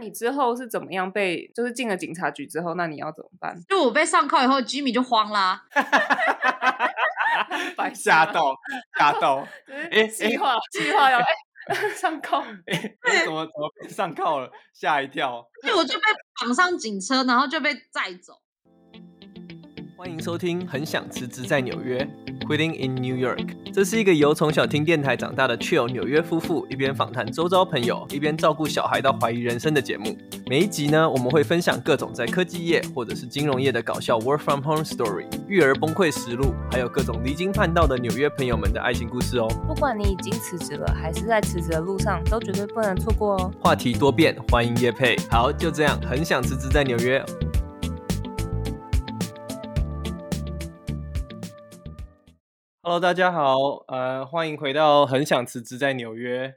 你之后是怎么样被，就是进了警察局之后，那你要怎么办？就我被上铐以后，Jimmy 就慌啦、白吓，到吓到，哎哎计划计划要哎 上铐，哎，我怎么怎么变上铐了？吓一跳！所以哎我就被绑上警车，然后就被载走。欢迎收听《很想辞职在纽约》（Quitting in New York）。这是一个由从小听电台长大的 chill 纽约夫妇，一边访谈周遭朋友，一边照顾小孩到怀疑人生的节目。每一集呢，我们会分享各种在科技业或者是金融业的搞笑 work from home story、育儿崩溃实录，还有各种离经叛道的纽约朋友们的爱情故事哦。不管你已经辞职了，还是在辞职的路上，都绝对不能错过哦。话题多变，欢迎叶配。好，就这样，很想辞职在纽约。Hello，大家好，呃，欢迎回到《很想辞职在纽约》，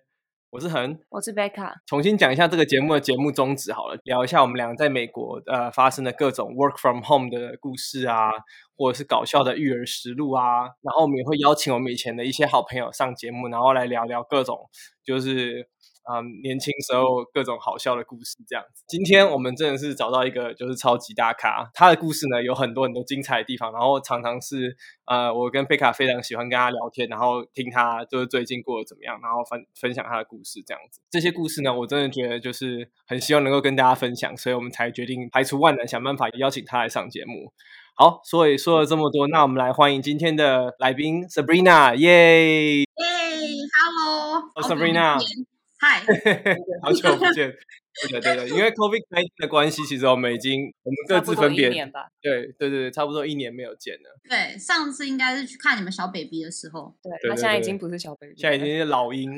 我是恒。我是贝卡，重新讲一下这个节目的节目宗旨好了，聊一下我们俩在美国呃发生的各种 work from home 的故事啊，或者是搞笑的育儿实录啊，然后我们也会邀请我们以前的一些好朋友上节目，然后来聊聊各种就是嗯年轻时候各种好笑的故事这样子。今天我们真的是找到一个就是超级大咖，他的故事呢有很多很多精彩的地方，然后常常是呃我跟贝卡非常喜欢跟他聊天，然后听他就是最近过得怎么样，然后分分享他的故事这样子。这些故事呢，我真的觉得就是很希望能够跟大家分享，所以我们才决定排除万难想办法邀请他来上节目。好，所以说了这么多，那我们来欢迎今天的来宾 Sabrina，耶！ 耶、h e l l o 哦，Sabrina 嗨，好久不见，对的对的，因为 COVID 1 9的关系，其实我们已经我们 各自分差别，不多一年吧。对对对对，差不多一年没有见了，对，上次应该是去看你们小 baby 的时候， 对，对他对现在已对经不是小 baby，现在已经了是老鹰。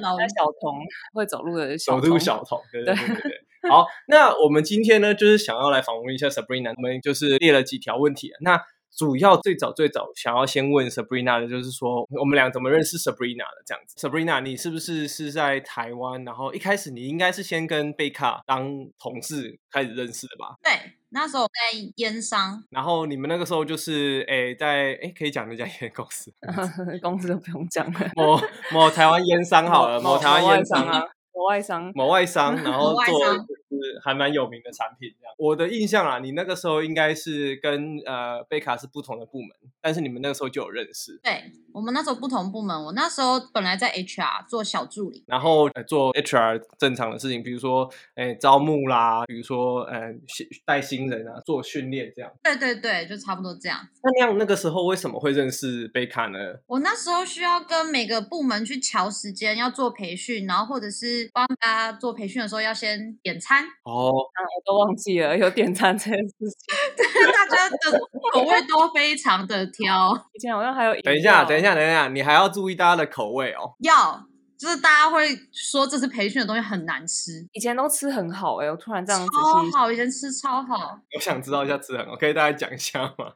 老他小童会走路的首童都小童，对对对对对。 好，那我们今天呢，就是想要来访问一下 Sabrina，我们就是列了几条问题。啊那主要最早最早想要先问 Sabrina 的就是说，我们俩怎么认识 Sabrina 的？这样子，Sabrina，你是不是是在台湾？然后一开始你应该是先跟贝卡当同事开始认识的吧？对，那时候我在烟商，然后你们那个时候就是诶，在诶可以讲那家烟公司， 公司都不用讲了，某某台湾烟商好了， 某台湾外烟商商啊，国外商，某外商，然后某外做商就是还蛮有名的产品这样。我的印象啊，你那个时候应该是跟呃贝卡是不同的部门，但是你们那个时候就有认识，对我们那时候不同部门，我那时候本来在 HR 做小助理，然后、呃、做 HR 正常的事情，比如说哎、呃招募啦，比如说呃训带新人啊，做训练这样。对对对，就差不多这样。那那样那个时候为什么会认识贝卡呢？我那时候需要跟每个部门去瞧时间，要做培训，然后或者是帮大家做培训的时候要先点餐，哦，啊我都忘记了有点餐这件事情。 大家的口味都非常的挑，以前好像还有饮等一下，料等一，下，等一下，你还要注意大家的口味哦。要就是大家会说这次培训的东西很难吃，以前都吃很好哎、我突然这样仔超细好，以前吃超好，我想知道一下志恒，我可以大家讲一下吗？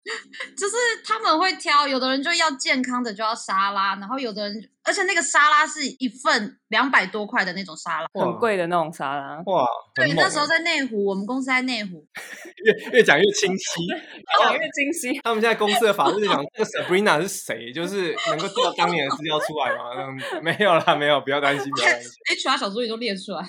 就是他们会挑，有的人就要健康的就要沙拉，然后有的人而且那个沙拉是一份两百多块的那种沙拉。哇很贵的那种沙拉，哇，很对，猛那时候欸在内湖，我们公司在内湖，越越讲越清晰。越讲越清晰。他们现在公司的法律讲，这个 Sabrina 是谁？就是能够知道当年的资料出来吗？嗯没有啦，没有，不要担心，不要担心。 HR 小助理都列出来。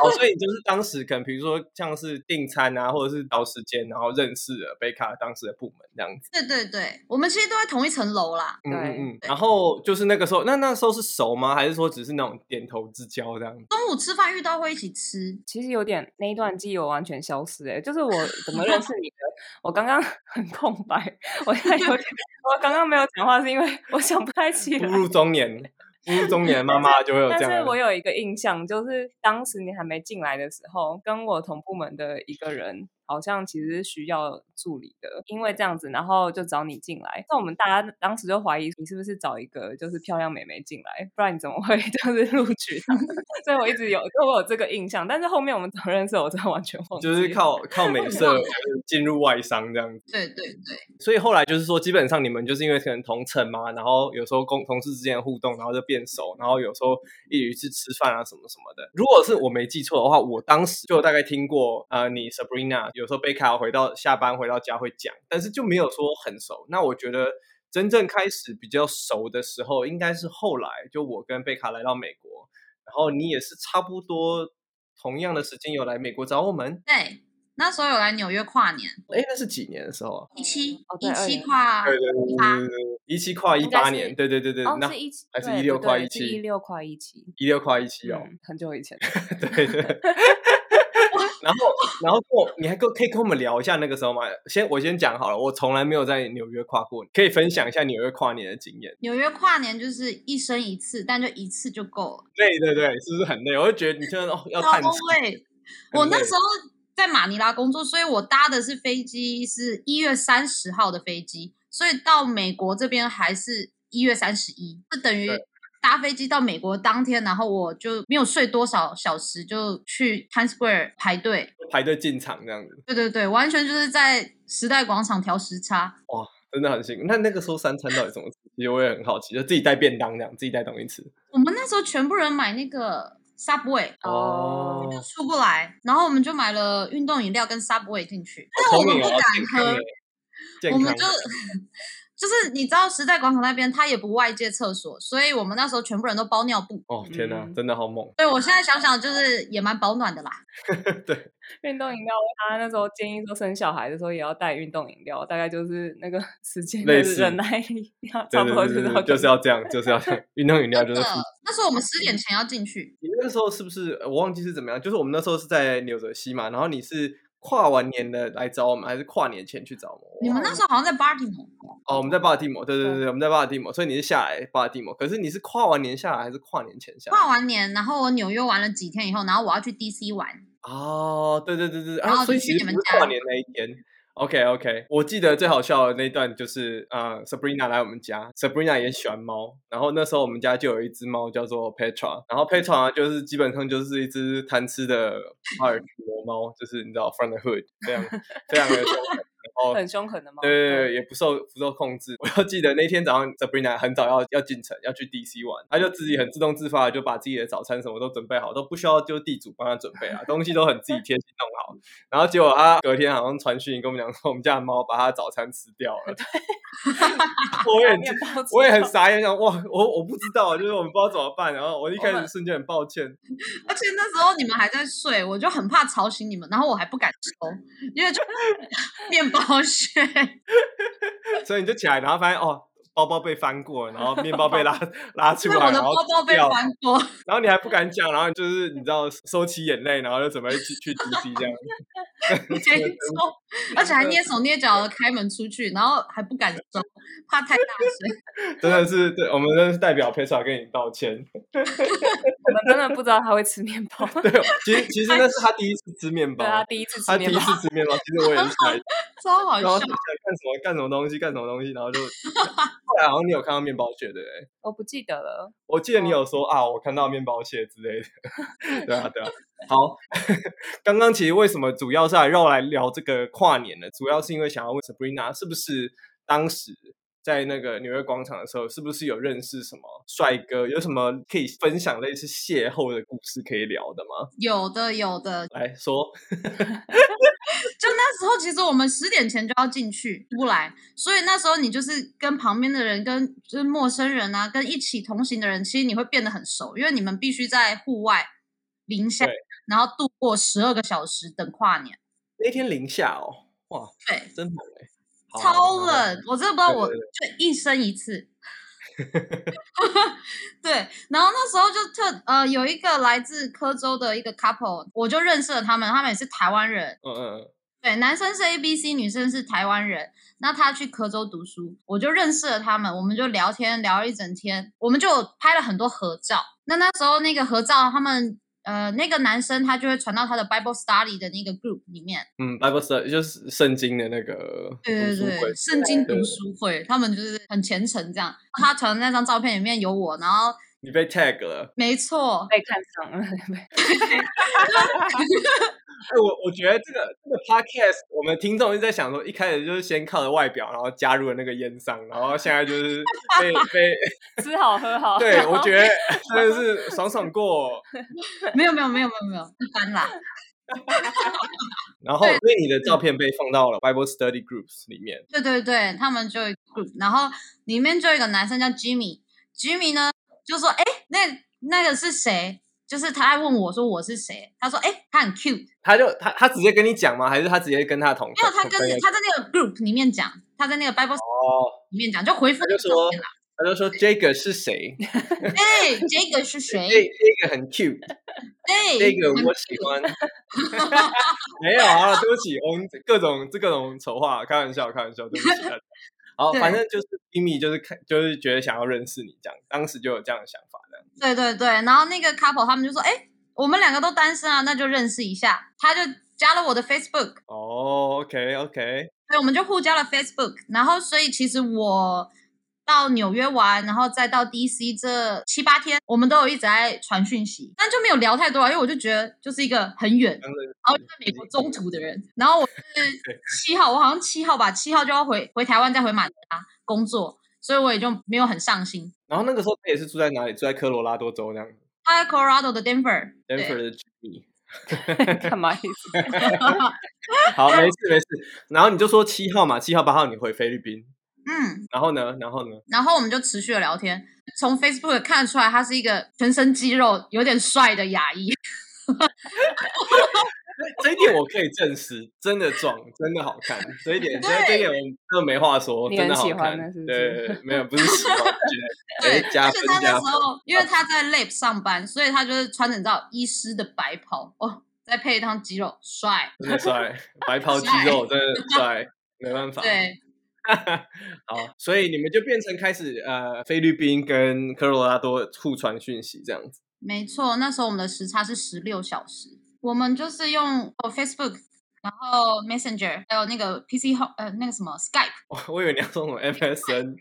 好，所以你就是当时可能比如说像是订餐啊，或者是找时间，然后认识了贝卡当时的部门这样子。对对对，我们其实都在同一层楼啦。嗯对嗯嗯。然后就是那个时候，那那时候是熟吗？还是说只是那种点头之交这样子？中午吃饭遇到会一起吃，其实有点那一段记忆我完全消失哎、就是我怎么认识你的？我刚 刚很空白，我现在有点， 我刚刚没有讲话是因为我想不太起步来。入中年，步入中年的妈妈就会有这但样是我的。有一个印象，就是当时你还没进来的时候，跟我同部门的一个人好像其实是需要助理的，因为这样子，然后就找你进来。那我们大家当时就怀疑你是不是找一个就是漂亮美眉进来，不然你怎么会 就是录取她？ 所以我一直有就我有这个印象，但是后面我们怎么认识，我真的完全忘记就了。是靠靠美色就是进入外商这样子。对对对，所以后来就是说，基本上你们就是因为可能同城嘛，然后有时候共同事之间的互动，然后就变熟，然后有时候一起去吃饭啊什么什么的。如果是我没记错的话，我当时就大概听过，呃，你 Sabrina 有时候贝卡回到下班回到家会讲，但是就没有说很熟。那我觉得真正开始比较熟的时候，应该是后来就我跟贝卡来到美国，然后你也是差不多同样的时间有来美国找我们。对，那时候有来纽约跨年，哎，那是几年的时候啊？一七哦对一二七零跨对对对八对对，一七跨一应该八是年，对对对对，哦，那是一七还是对16对跨对17是一六跨一七，一六跨一七哦，嗯，很久以前，对对。 然后，然后跟我，你还跟可以跟我们聊一下那个时候吗？先我先讲好了，我从来没有在纽约跨过，可以分享一下纽约跨年的经验。纽约跨年就是一生一次，但就一次就够了。累，对对，是不是很累？我就觉得你现在哦要高叹气工，位，我那时候在马尼拉工作，所以我搭的是飞机是一月三十号的飞机，所以到美国这边还是一月三十一，就等于对。搭飞机到美国当天，然后我就没有睡多少小时，就去 Times Square 排队。排队进场这样子，对对对，完全就是在时代广场调时差。真的很辛苦。那那个时候三餐到底怎么吃？其实我也很好奇，就自己带便当这样，自己带东西吃。我们那时候全部人买那个 Subway 哦就出不来，然后我们就买了运动饮料跟 Subway 进去，但好是我聪们明不哦，健敢康喝欸，健我康们就就是你知道时代广场那边它也不外借厕所，所以我们那时候全部人都包尿布。哦，天哪，嗯真的好猛！ 对我现在想想就是也蛮保暖的啦。运动饮料，他那时候建议说生小孩的时候也要带运动饮料，大概就是那个 时间的类似忍耐力，要 对差不对多对对到对，就是要这样，就是要这样。运动饮料就是真附的那时候我们十点前要进去，你们那个时候是不是呃我忘记是怎么样？就是我们那时候是在纽泽西嘛，然后你是跨完年的来找我们，还是跨年前去找我你们？们那时候好像在 Baltimore，哦，我们在巴尔的摩，对对对对对，我们在巴尔的摩，所以你是下来巴尔的摩，可是你是跨完年下来还是跨年前下来？跨完年，然后我纽约玩了几天以后，然后我要去 DC 玩。哦，对对对对，然啊，后所以就去其你实们不是家跨年那一天。OK OK，我记得最好笑的那一段就是呃，Sabrina 来我们家，Sabrina 也喜欢猫，然后那时候我们家就有一只猫叫做 Petra，然后嗯 Petra 就是基本上就是一只贪吃的阿尔摩猫，就是你知道 from the hood 这样非常的凶狠，然后很凶狠的猫。对对对，也不受不受控制。 我就记得那天早上，Sabrina 很早要要进城，要去 DC 玩，她就自己很自动自发的就把自己的早餐什么都准备好，都不需要就地主帮她准备啊，东西都很自己贴心弄好。然后结果她隔天好像传讯跟我们讲说，我们家的猫把她的早餐吃掉了。我 也很面包我也很车傻眼，想哇，我我不知道，就是我们不知道怎么办。然后我一开我始们瞬间很抱歉，而且那时候你们还在睡，我就很怕吵醒你们，然后我还不敢收，因为就 面包屑。所以你就起来，然后发现哦。包包被翻过了，然后面包被 拉拉出因来，为我的然后包包被掉翻过，然后你还不敢讲，然后就是你知道收起眼泪，然后就准备去去 DC 这样。 没错，而且还捏手捏脚的开门出去，然后还不 敢收，怕太大声。 真的是对，我们真的是代表 p e t r a 跟你道歉。 我们真的不知道它会吃面包，对，其实其实那是他第一次吃面包对，它第一次他吃第面一包，次吃面包，其实我也是吓一跳，超好然后笑想！干什么干什么东西干什么东西，然后就 后来好像你有看到面包屑对不对？我哦不记得了。我记得你哦有说啊，我看到面包屑之类 的。对啊，对啊。好，刚刚其实为什么主要是来绕来聊这个跨年呢？主要是因为想要问 Sabrina 是不是当时在那个纽约广场的时候，是不是有认识什么帅哥？有什么可以分享类似邂逅的故事可以聊的吗？有的有的，来说，就那时候其实我们十点前就要进去，出不来，所以那时候你就是跟旁边的人、跟就是陌生人啊、跟一起同行的人，其实你会变得很熟，因为你们必须在户外零下对，然后度过十二个小时等跨年，那天零下哦，哇，对，真冷哎、好啊超。然后冷，我真的不知道，对我对就一生一 次。对，然后那时候就特呃有一个来自科州的一个 couple，我就认识了他们，他们也是台湾人。嗯嗯嗯，对，男生是 A B C，女生是台湾人。那他去科州读书，我就认识了他们，我们就聊天聊了一整天，我们就拍了很多合照。那那时候那个合照，他们呃那个男生他就会传到他的 Bible Study 的那个 group 里面，嗯，Bible study 就是圣经的那个对读书对会对，圣经对读书会，他们就是很虔诚这样。他传的那张照片里面有我，然后你被 tag 了，没错，被看上了，哎，我我觉得这个这个 podcast，我们听众一直在想说，一开始就是先靠着外表，然后加入了那个烟商，然后现在就是被 被，吃好喝好。 对我觉得真的是爽爽过。没有没有没有没有没有，一般啦。然后对嗯所以你的照片被放到了 Bible Study Groups 里面，对对对，他们就有一个 group，然后里面就有一个男生叫 Jimmy，Jimmy 呢就说：“哎，那那个是谁？”就是他在问我说我是谁，他说哎、他很 cute，他就他他直接跟你讲吗？还是他直接跟他同？因为他跟同朋友他在那个 group 里面讲，他在那个 Bible 哦，里面讲，就回复他就这个说啦。他就说这个是谁？哎，这个是这谁？这个很 cute，哎， 这个很我喜欢。 没有啊，对不起，我们各种这各种丑话，开玩笑，开玩笑，对不起。大家。好， 对反正就是 Amy 就是看就是觉得想要认识你这样，当时就有这样的想法的。对对对，然后那个 couple 他们就说，哎，我们两个都单身啊，那就认识一下。他就加了我的 Facebook，哦，OK OK，所以我们就互加了 Facebook。然后，所以其实我到纽约玩，然后再到 DC 这七八天，我们都有一直在传讯息，但就没有聊太多啊，因为我就觉得就是一个很远，然当然后又在美国中途的人。然后我是七号，我好像七号吧，七号就要回回台湾，再回马尼拉工作，所以我也就没有很上心。然后那个时候他也是住在哪里？住在科罗拉多州这样他在 Colorado 的 Denver，对，Denver 的 Jimmy。干嘛意思？好，没事没事。然后你就说七号嘛，七号八号你回菲律宾，嗯，然后呢，然后呢，然后我们就持续的聊天，从 Facebook 看得出来他是一个全身肌肉、有点帅的亚裔。这这一点我可以证实，真的壮，真的好看。这一点，这这一点我真的没话说，你真的很好喜欢看。的是不是对，没有不是喜欢，觉得对， 哎加而且分他那时加分。候，因为他在 Lab 上班，所以他就是穿着你知道医师的白袍哦，再配一套肌肉，帅。真的帅，白袍肌肉真的帅，没办法。，对，好，所以你们就变成开始呃，菲律宾跟科罗拉多互传讯息这样子。 没错，那时候我们的时差是十六小时，我们就是用哦 Facebook，然后 Messenger，还有那个 PC 后呃那个什么 Skype， 我我以为你要说什么 MSN，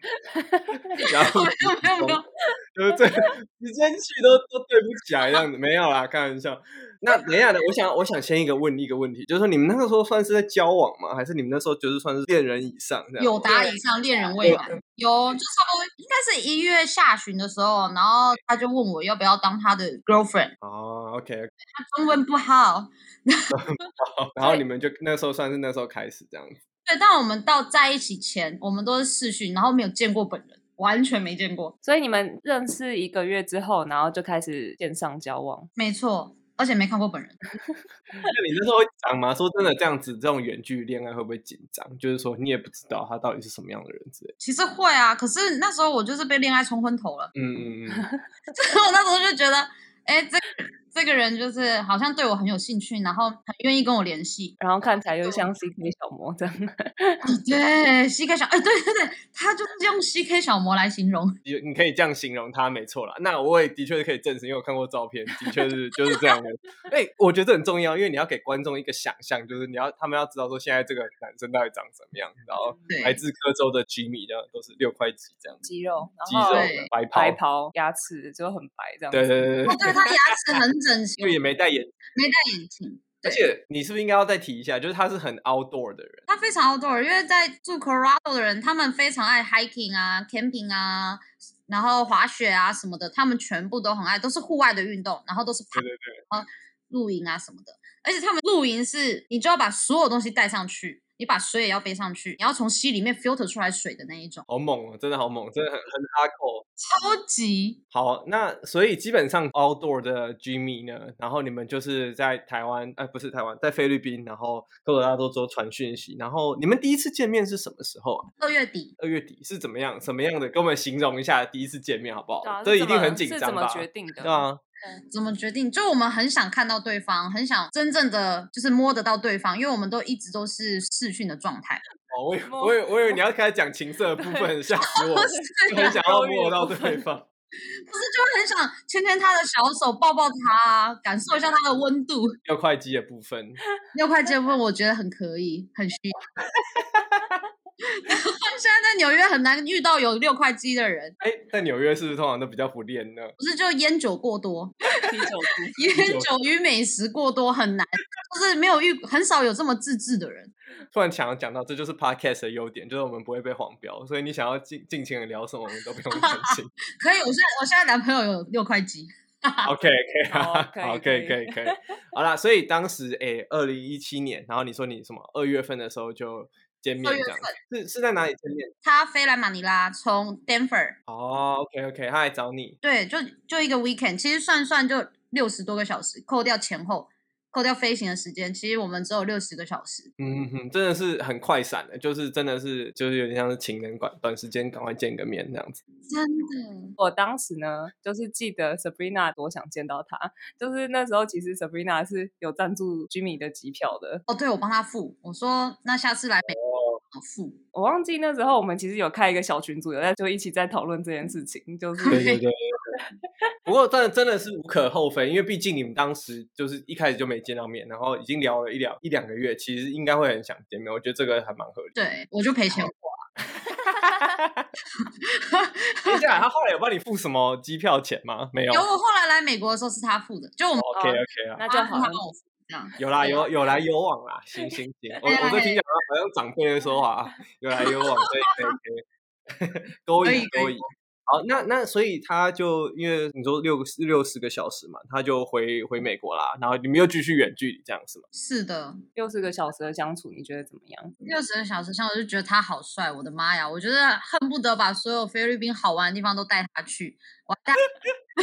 然后没有没有没有，就是这时间去都都对不起啊来这样子，没有啦，开玩笑。那等一下，我想我想先一个问一个问题，就是说你们那个时候算是在交往吗？还是你们那时候就是算是恋人以上这样？有达以上恋人未满，有就差不多应该是一月下旬的时候，然后他就问我要不要当他的 girlfriend，哦，OK，他中文不好，好然后你们就那时候算是那时候开始这样子。对，但我们到在一起前，我们都是视讯，然后没有见过本人，完全没见过，所以你们认识一个月之后，然后就开始线上交往。没错，而且没看过本人，那你那时候会紧张吗？说真的，这样子这种远距恋爱会不会紧张？就是说你也不知道他到底是什么样的人之类的。其实会啊，可是那时候我就是被恋爱冲昏头了， 嗯嗯嗯，我那时候就觉得，哎，这个这个人就是好像对我很有兴趣，然后很愿意跟我联系， 然后看起来又像 CK 小魔这样，对，CK 小，哎，对对对，他就是用 CK 小魔来形容。你你可以这样形容他，没错啦。那我也的确是可以证实，因为我看过照片，的确是就是这样的。哎、我觉得这很重要，因为你要给观众一个想象，就是你要他们要知道说现在这个男生到底长什么样。然后对来自科州的 Jimmy 这样都是六块肌这样 子，肌肉，肌然后肉白袍，白袍、牙齿就很白这样。对对对对哦，，对，他牙齿很整齐，就也没戴眼镜。没戴眼镜。而对且你是不是应该要再提一下，就是他是很 outdoor 的人。他非常 outdoor，因为在住 Colorado 的人，他们非常爱 hiking 啊、camping 啊，然后滑雪啊什么的，他们全部都很爱，都是户外的运动，然后都是爬对对对，露营啊什么的。而且他们露营是，你就要把所有东西带上去，你把水也要背上去，你要从溪里面 filter 出来水的那一种，好猛哦，真的好猛，真的很很 hardcore。超级好，那所以基本上 outdoor 的 Jimmy 呢，然后你们就是在台湾，哎，不是台湾，在菲律宾，然后科罗拉多州传讯息，然后你们第一次见面是什么时候啊？二月底。二月底是怎么样？什么样的？跟我们形容一下第一次见面好不好？对啊，这是一怎定么很紧是怎张么吧？决定的？对啊，怎么决定？就我们很想看到对方，很想真正的就是摸得到对方，因为我们都一直都是视讯的状态。 哦，我以为摸我以为我以为你要开始讲 情色的部分，吓死我了！是很想要肉欲的摸到部对分方。不是就会很想牵牵他的小手，抱抱他啊，感受一下他的温度。六块肌的部分， 六块肌问我觉得很可以，很需要。 现在在纽约很难遇到有六块肌的人，哎，在纽约是不是通常都比较不练呢？不是就烟酒过 多，啤酒肚烟酒与美食过多很难，就是没有遇很少有这么自制的人。突然想要讲到，这就是 podcast 的优点，就是我们不会被黄标，所以你想要尽尽情的聊什么，我们都不用担心。可以，我现在我现在男朋友有六块肌， OK，可以 啊，好可以好，可可以，以可以，可以。好啦，所以当时诶，二零一七年，然后你说你什么二月份的时候就见面， 2月这样子是是在哪里见面？他飞来马尼拉，从 Denver，哦，OK，OK，他来找你，对，就就一个 weekend，其实算算就六十多个小时，扣掉前后，扣掉飞行的时间，其实我们只有六十个小时。嗯哼，真的是很快闪的，就是真的是就是有点像是情人短短时间赶快见个面这样子。真的，我当时呢，就是记得 Sabrina 多想见到他，就是那时候其实 Sabrina 是有赞助 Jimmy 的机票的，哦，对我帮他付，我说那下次来美国我付。我忘记那时候我们其实有开一个小群组，有在就一起在讨论这件事情，就是对对对对对。不过真的真的是无可厚非，因为毕竟你们当时就是一开始就没见到面，然后已经聊了一两一两个月，其实应该会很想见面。我觉得这个还蛮合理。对，我就赔钱花。 接下来啊他后来有帮你付什么机票钱吗？没有。有啊我后来来美国的时候是他付的，就我们 OK OK 啊，那就他付好他了帮。我付这样。有啦有有来有往啦，行行 行。我我就听哎讲好像长辈会说话啊，有来有往，可以可以可以， 勾可引以可以勾引。好，那那所以他就因为你说六六十个小时嘛，他就回回美国啦，然后你们又继续远距离这样是吗？是的，六十个小时的相处，你觉得怎么样？六十个小时，像我就觉得他好帅，我的妈呀！我觉得恨不得把所有菲律宾好玩的地方都带他去。我还带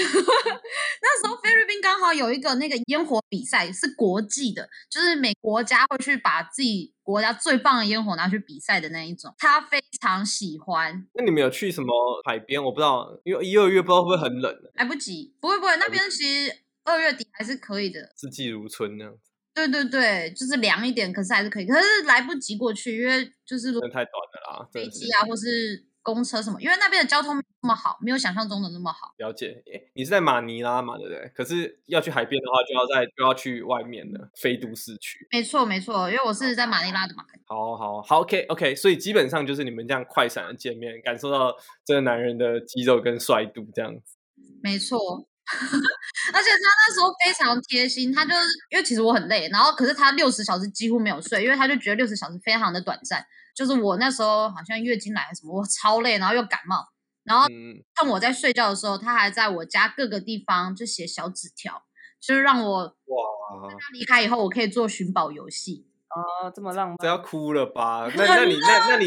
那时候菲律宾刚好有一个那个烟火比赛是国际的，就是每国家会去把自己国家最棒的烟火拿去比赛的那一种，他非常喜欢。那你们有去什么海边？我不知道，因为一二月不知道会不会很冷，啊来不及，不会不会，那边其实二月底还是可以的。四季如春那样子，对对对，就是凉一点，可是还是可以，可是来不及过去，因为就是真的太短了啦，真飞的是机啊，或是公车什么，因为那边的交通没有那么好，没有想象中的那么好。了解。诶你是在马尼拉嘛，对不对？可是要去海边的话，就要在就要去外面的非都市区。没错，没错，因为我是在马尼拉的嘛，好好好，OK OK，所以基本上就是你们这样快闪的见面，感受到这个男人的肌肉跟帅度这样子。没错。 而且他那时候非常贴心，他就是因为其实我很累，然后可是他六十小时几乎没有睡，因为他就觉得六十小时非常的短暂。就是我那时候好像月经来还是什么，我超累，然后又感冒，然后嗯，趁我在睡觉的时候，他还在我家各个地方就写小纸条，就是让我哇，他离开以后，我可以做寻宝游戏。哦，这么浪漫这，要哭了吧？那那你那那 你，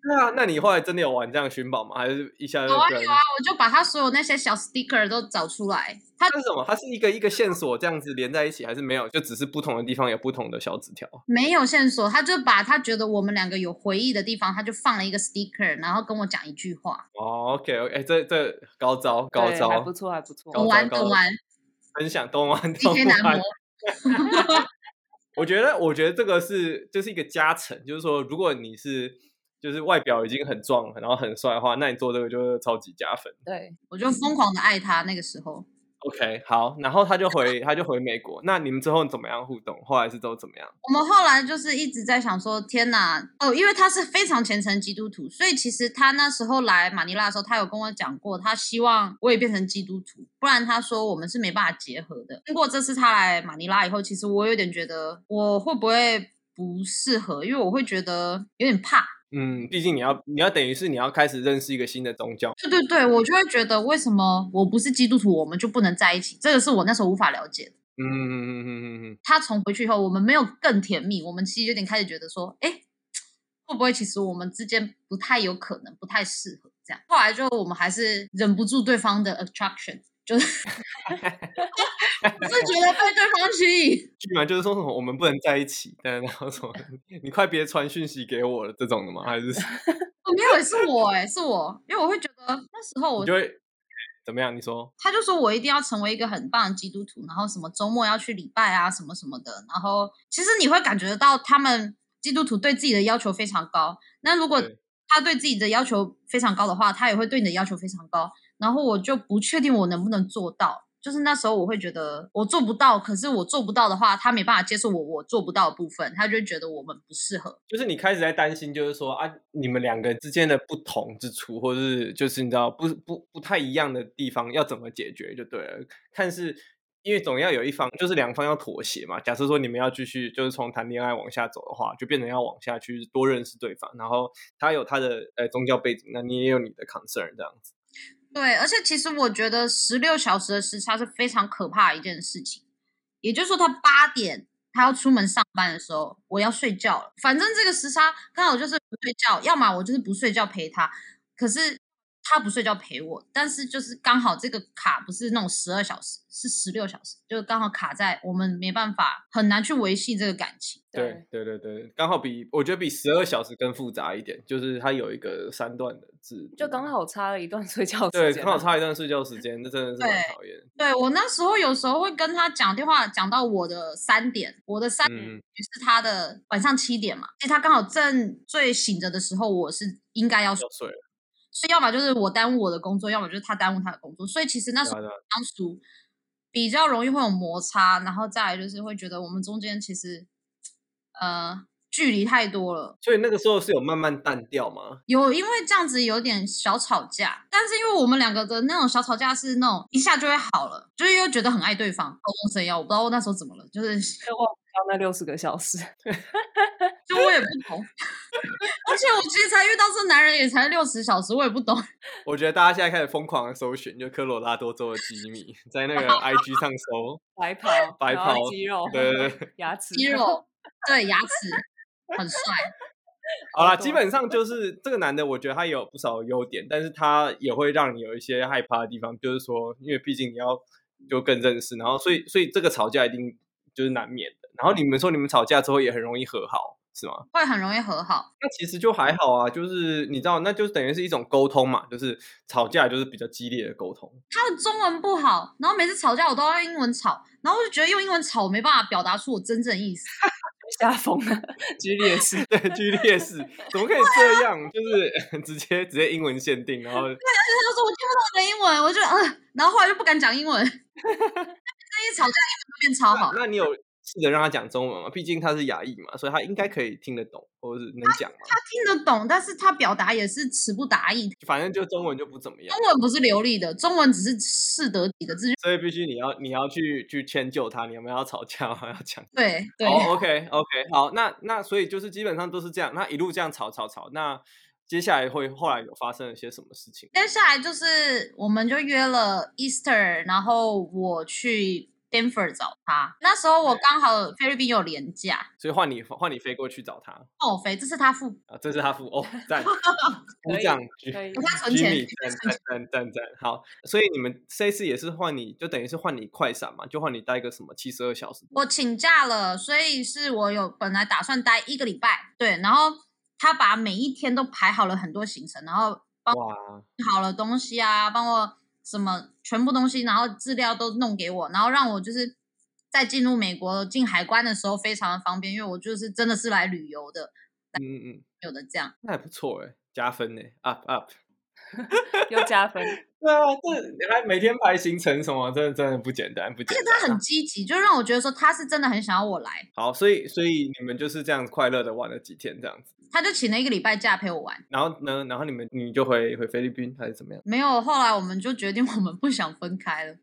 对啊，那你后来真的有玩这样寻宝吗？还是一下就有啊跟有啊，我就把他所有那些小 sticker 都找出来。他它是什么？它是一个一个线索这样子连在一起，还是没有？就只是不同的地方有不同的小纸条。没有线索，他就把他觉得我们两个有回忆的地方，他就放了一个 sticker，然后跟我讲一句话。哦，OK，OK，、这这高招高对，还招不，错，还不错。高懂招玩高懂招玩分享东玩东，DK 男玩模。。 我觉得，我觉得这个是就是一个加成，就是说，如果你是就是外表已经很壮，然后很帅的话，那你做这个就是超级加分。嗯对，我就疯狂的爱他。那个时候， OK，好，然后他就回他就回美国，那你们之后怎么样互动？后来是都怎么样？我们后来就是一直在想说，天哪，哦，因为他是非常虔诚基督徒，所以其实他那时候来马尼拉的时候，他有跟我讲过，他希望我也变成基督徒，不然他说我们是没办法结合的。经过这次他来马尼拉以后，其实我有点觉得我会不会不适合，因为我会觉得有点怕。嗯，毕竟你要你要等于是你要开始认识一个新的宗教，对对对，我就会觉得为什么我不是基督徒，我们就不能在一起？这个是我那时候无法了解的。嗯嗯嗯嗯嗯嗯。他从回去以后，我们没有更甜蜜，我们其实有点开始觉得说，哎，会不会其实我们之间不太有可能，不太适合这样？后来就我们还是忍不住对方的 attraction，就是 我是觉得被对方吸引。居然就是说什么我们不能在一起，但然后什么你快别传讯息给我了这种的吗？还是你哦，没有，是我哎、是我，因为我会觉得那时候我就会怎么样？你说他就说我一定要成为一个很棒的基督徒，然后什么周末要去礼拜啊，什么什么的。然后其实你会感觉得到他们基督徒对自己的要求非常高。那如果对他对自己的要求非常高的话，他也会对你的要求非常高。然后我就不确定我能不能做到。就是那时候我会觉得我做不到，可是我做不到的话，他没办法接受我我做不到的部分，他就会觉得我们不适合。就是你开始在担心，就是说啊，你们两个之间的不同之处，或是就是你知道不不不太一样的地方，要怎么解决就对了。看是因为总要有一方，就是两方要妥协嘛。假设说你们要继续就是从谈恋爱往下走的话，就变成要往下去多认识对方，然后他有他的呃宗教背景，那你也有你的 concern 这样子。对，而且其实我觉得十六小时的时差是非常可怕的一件事情。也就是说，他八点他要出门上班的时候，我要睡觉了。反正这个时差刚好就是不睡觉，要么我就是不睡觉陪他。可是他不睡觉陪我，但是就是刚好这个卡不是那种十二小时，是十六小时，就刚好卡在我们没办法很难去维系这个感情。对对对对，刚好比我觉得比十二小时更复杂一点，就是它有一个三段的制度，就刚好差了一段睡觉时间啊。对，刚好差一段睡觉时间，那真的是蛮讨厌。对我那时候有时候会跟他讲电话，讲到我的三点，我的三点嗯，是他的晚上七点嘛，其实他刚好正最醒着的时候，我是应该要睡要，睡了，所以要么就是我耽误我的工作，要么就是他耽误他的工作，所以其实那时对候啊对啊相处比较容易会有摩擦，然后再来就是会觉得我们中间其实呃距离太多了，所以那个时候是有慢慢淡掉吗？有因为这样子有点小吵架，但是因为我们两个的那种小吵架是那种一下就会好了，就是又觉得很爱对方，口动神药，我不知道我那时候怎么了，就是就忘不掉那六十个小时。就我也不懂， 而且我其实才遇到这男人也才六十小时，我也不懂，我觉得大家现在开始疯狂的搜寻，就科罗拉多州的吉米，在那 个 IG 上搜，白袍，白然后袍肌肉，对对对，牙齿，肌肉对牙齿很帅，好啦，多基本上就是这个男的，我觉得他有不少优点，但是他也会让你有一些害怕的地方，就是说，因为毕竟你要就更认识，然后所以所以这个吵架一定就是难免的。然后你们说你们吵架之后也很容易和好，是吗？会很容易和好。那其实就还好啊，就是你知道，那就等于是一种沟通嘛，就是吵架就是比较激烈的沟 通。他的中文不好，然后每次吵架我都要用英文吵，然后我就觉得用英文吵我没办法表达出我真正的意思。 吓疯了，举例也是。对，剧烈是怎么可以这样？就是 直接直接英文限定，然后但是他就说我听不懂你的英文，我就呃，然后后来就不敢讲英文。 那一吵架英文就变超好，那你有试着让他讲中文吗？毕竟他是亚裔嘛，所以他应该可以听得懂，或者是能讲嘛。他听得懂，但是他表达也是词不达意。反正就中文就不怎么样中，文不是流利的，中文只是适得几个字就所以必须你要你要去去迁就他，你们要吵架嘛， 要讲。对对。哦、o k OK，好，那那所以就是基本上都是这样，那一路这样吵吵吵，那接下来会后来有发生了些什么事情？接下来就是我们就约了 Easter，然后我去 Denver 找他。那时候我刚好菲律宾有廉价，所以换你换你飞过去找他哦，飞，这是他付啊，这是他付哦， 赞，鼓可以掌，可 以我在存钱， Jimmy，我在存赞赞钱。赞赞赞，好，所以你们这一次也是换你就等于是换你快闪嘛，就换你待个什么七十二小时， 我请假了，所以是我有本来打算待一个礼拜，对，然后他把每一天都排好了很多行程，然后哇，好了东西啊，帮我什么全部东西，然后资料都弄给我，然后让我就是在进入美国进海关的时候非常的方便，因为我就是真的是来旅游的，嗯嗯嗯，有的这样。那还不错哎，加分呢，up up。又加分，对啊，这还每天排行程什么，真的真的不简单，不而简且单啊、他很积极，就让我觉得说他是真的很想要我来，好，所以所以你们就是这样快乐的玩了几天这样子，他就请了一个礼拜假陪我玩。然后呢，然后你们你就回回菲律宾还是怎么 样？没有，后来我们就决定我们不想分开了。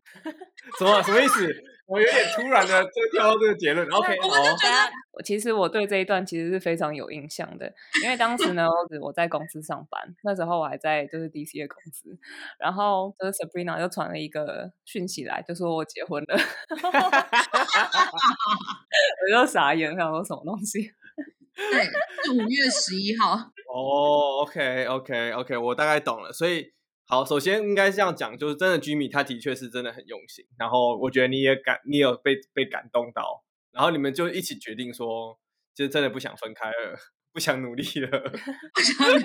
什么什么意思？我有点突然的就跳到这个结论。OK，好、哦，大家，我其实我对这一段其实是非常有印象的，因为当时呢，我在公司上班，那时候我还在就是 DC 的公司，然后就是 Sabrina 就传了一个讯息来，就说我结婚了， 我就傻眼，想说什么东西？对，是五月十一号。哦，OK，OK，OK，、我大概懂了。所以好，首先应该是这样讲，就是真的 Jimmy 他的确是真的很用心，然后我觉得你也感，你有被被感动到，然后你们就一起决定说，就真的不想分开了，不想努力了。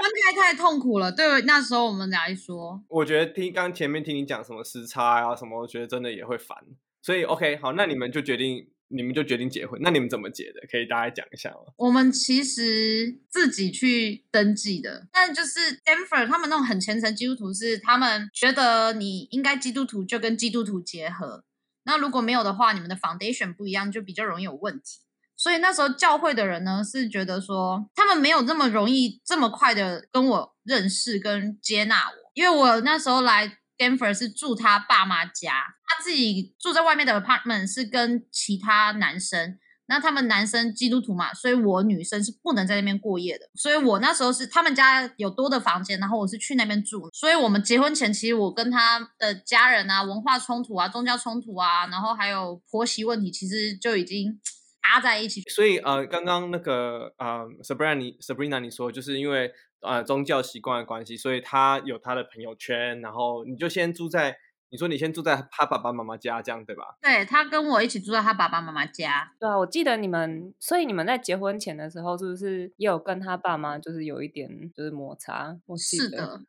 分开太痛苦了，对，那时候我们来说，我觉得听刚前面听你讲什么时差啊什么，我觉得真的也会烦。所以 OK，好，那你们就决定，你们就决定结婚。那你们怎么结的？可以大概讲一下吗？我们其实自己去登记的，但就是 Denver 他们那种很虔诚基督徒是，他们觉得你应该基督徒就跟基督徒结合，那如果没有的话，你们的 foundation 不一样，就比较容易有问题。所以那时候教会的人呢，是觉得说他们没有这么容易、这么快的跟我认识跟接纳我，因为我那时候来 Denver 是住他爸妈家，他自己住在外面的 apartment 是跟其他男生。那他们男生基督徒嘛，所以我女生是不能在那边过夜的。所以我那时候是他们家有多的房间，然后我是去那边住。所以我们结婚前，其实我跟他的家人啊、文化冲突啊、宗教冲突啊，然后还有婆媳问题，其实就已经搭在一起。所以呃，刚刚那个呃，Sabrina 你 Sabrina 你说，就是因为呃宗教习惯的关系，所以他有他的朋友圈，然后你就先住在，你说你先住在他爸爸妈妈家，这样对吧？对他跟我一起住在他爸爸妈妈家，对啊，我记得你们，所以你们在结婚前的时候，是不是也有跟他爸妈就是有一点就是摩擦？我记是得，的。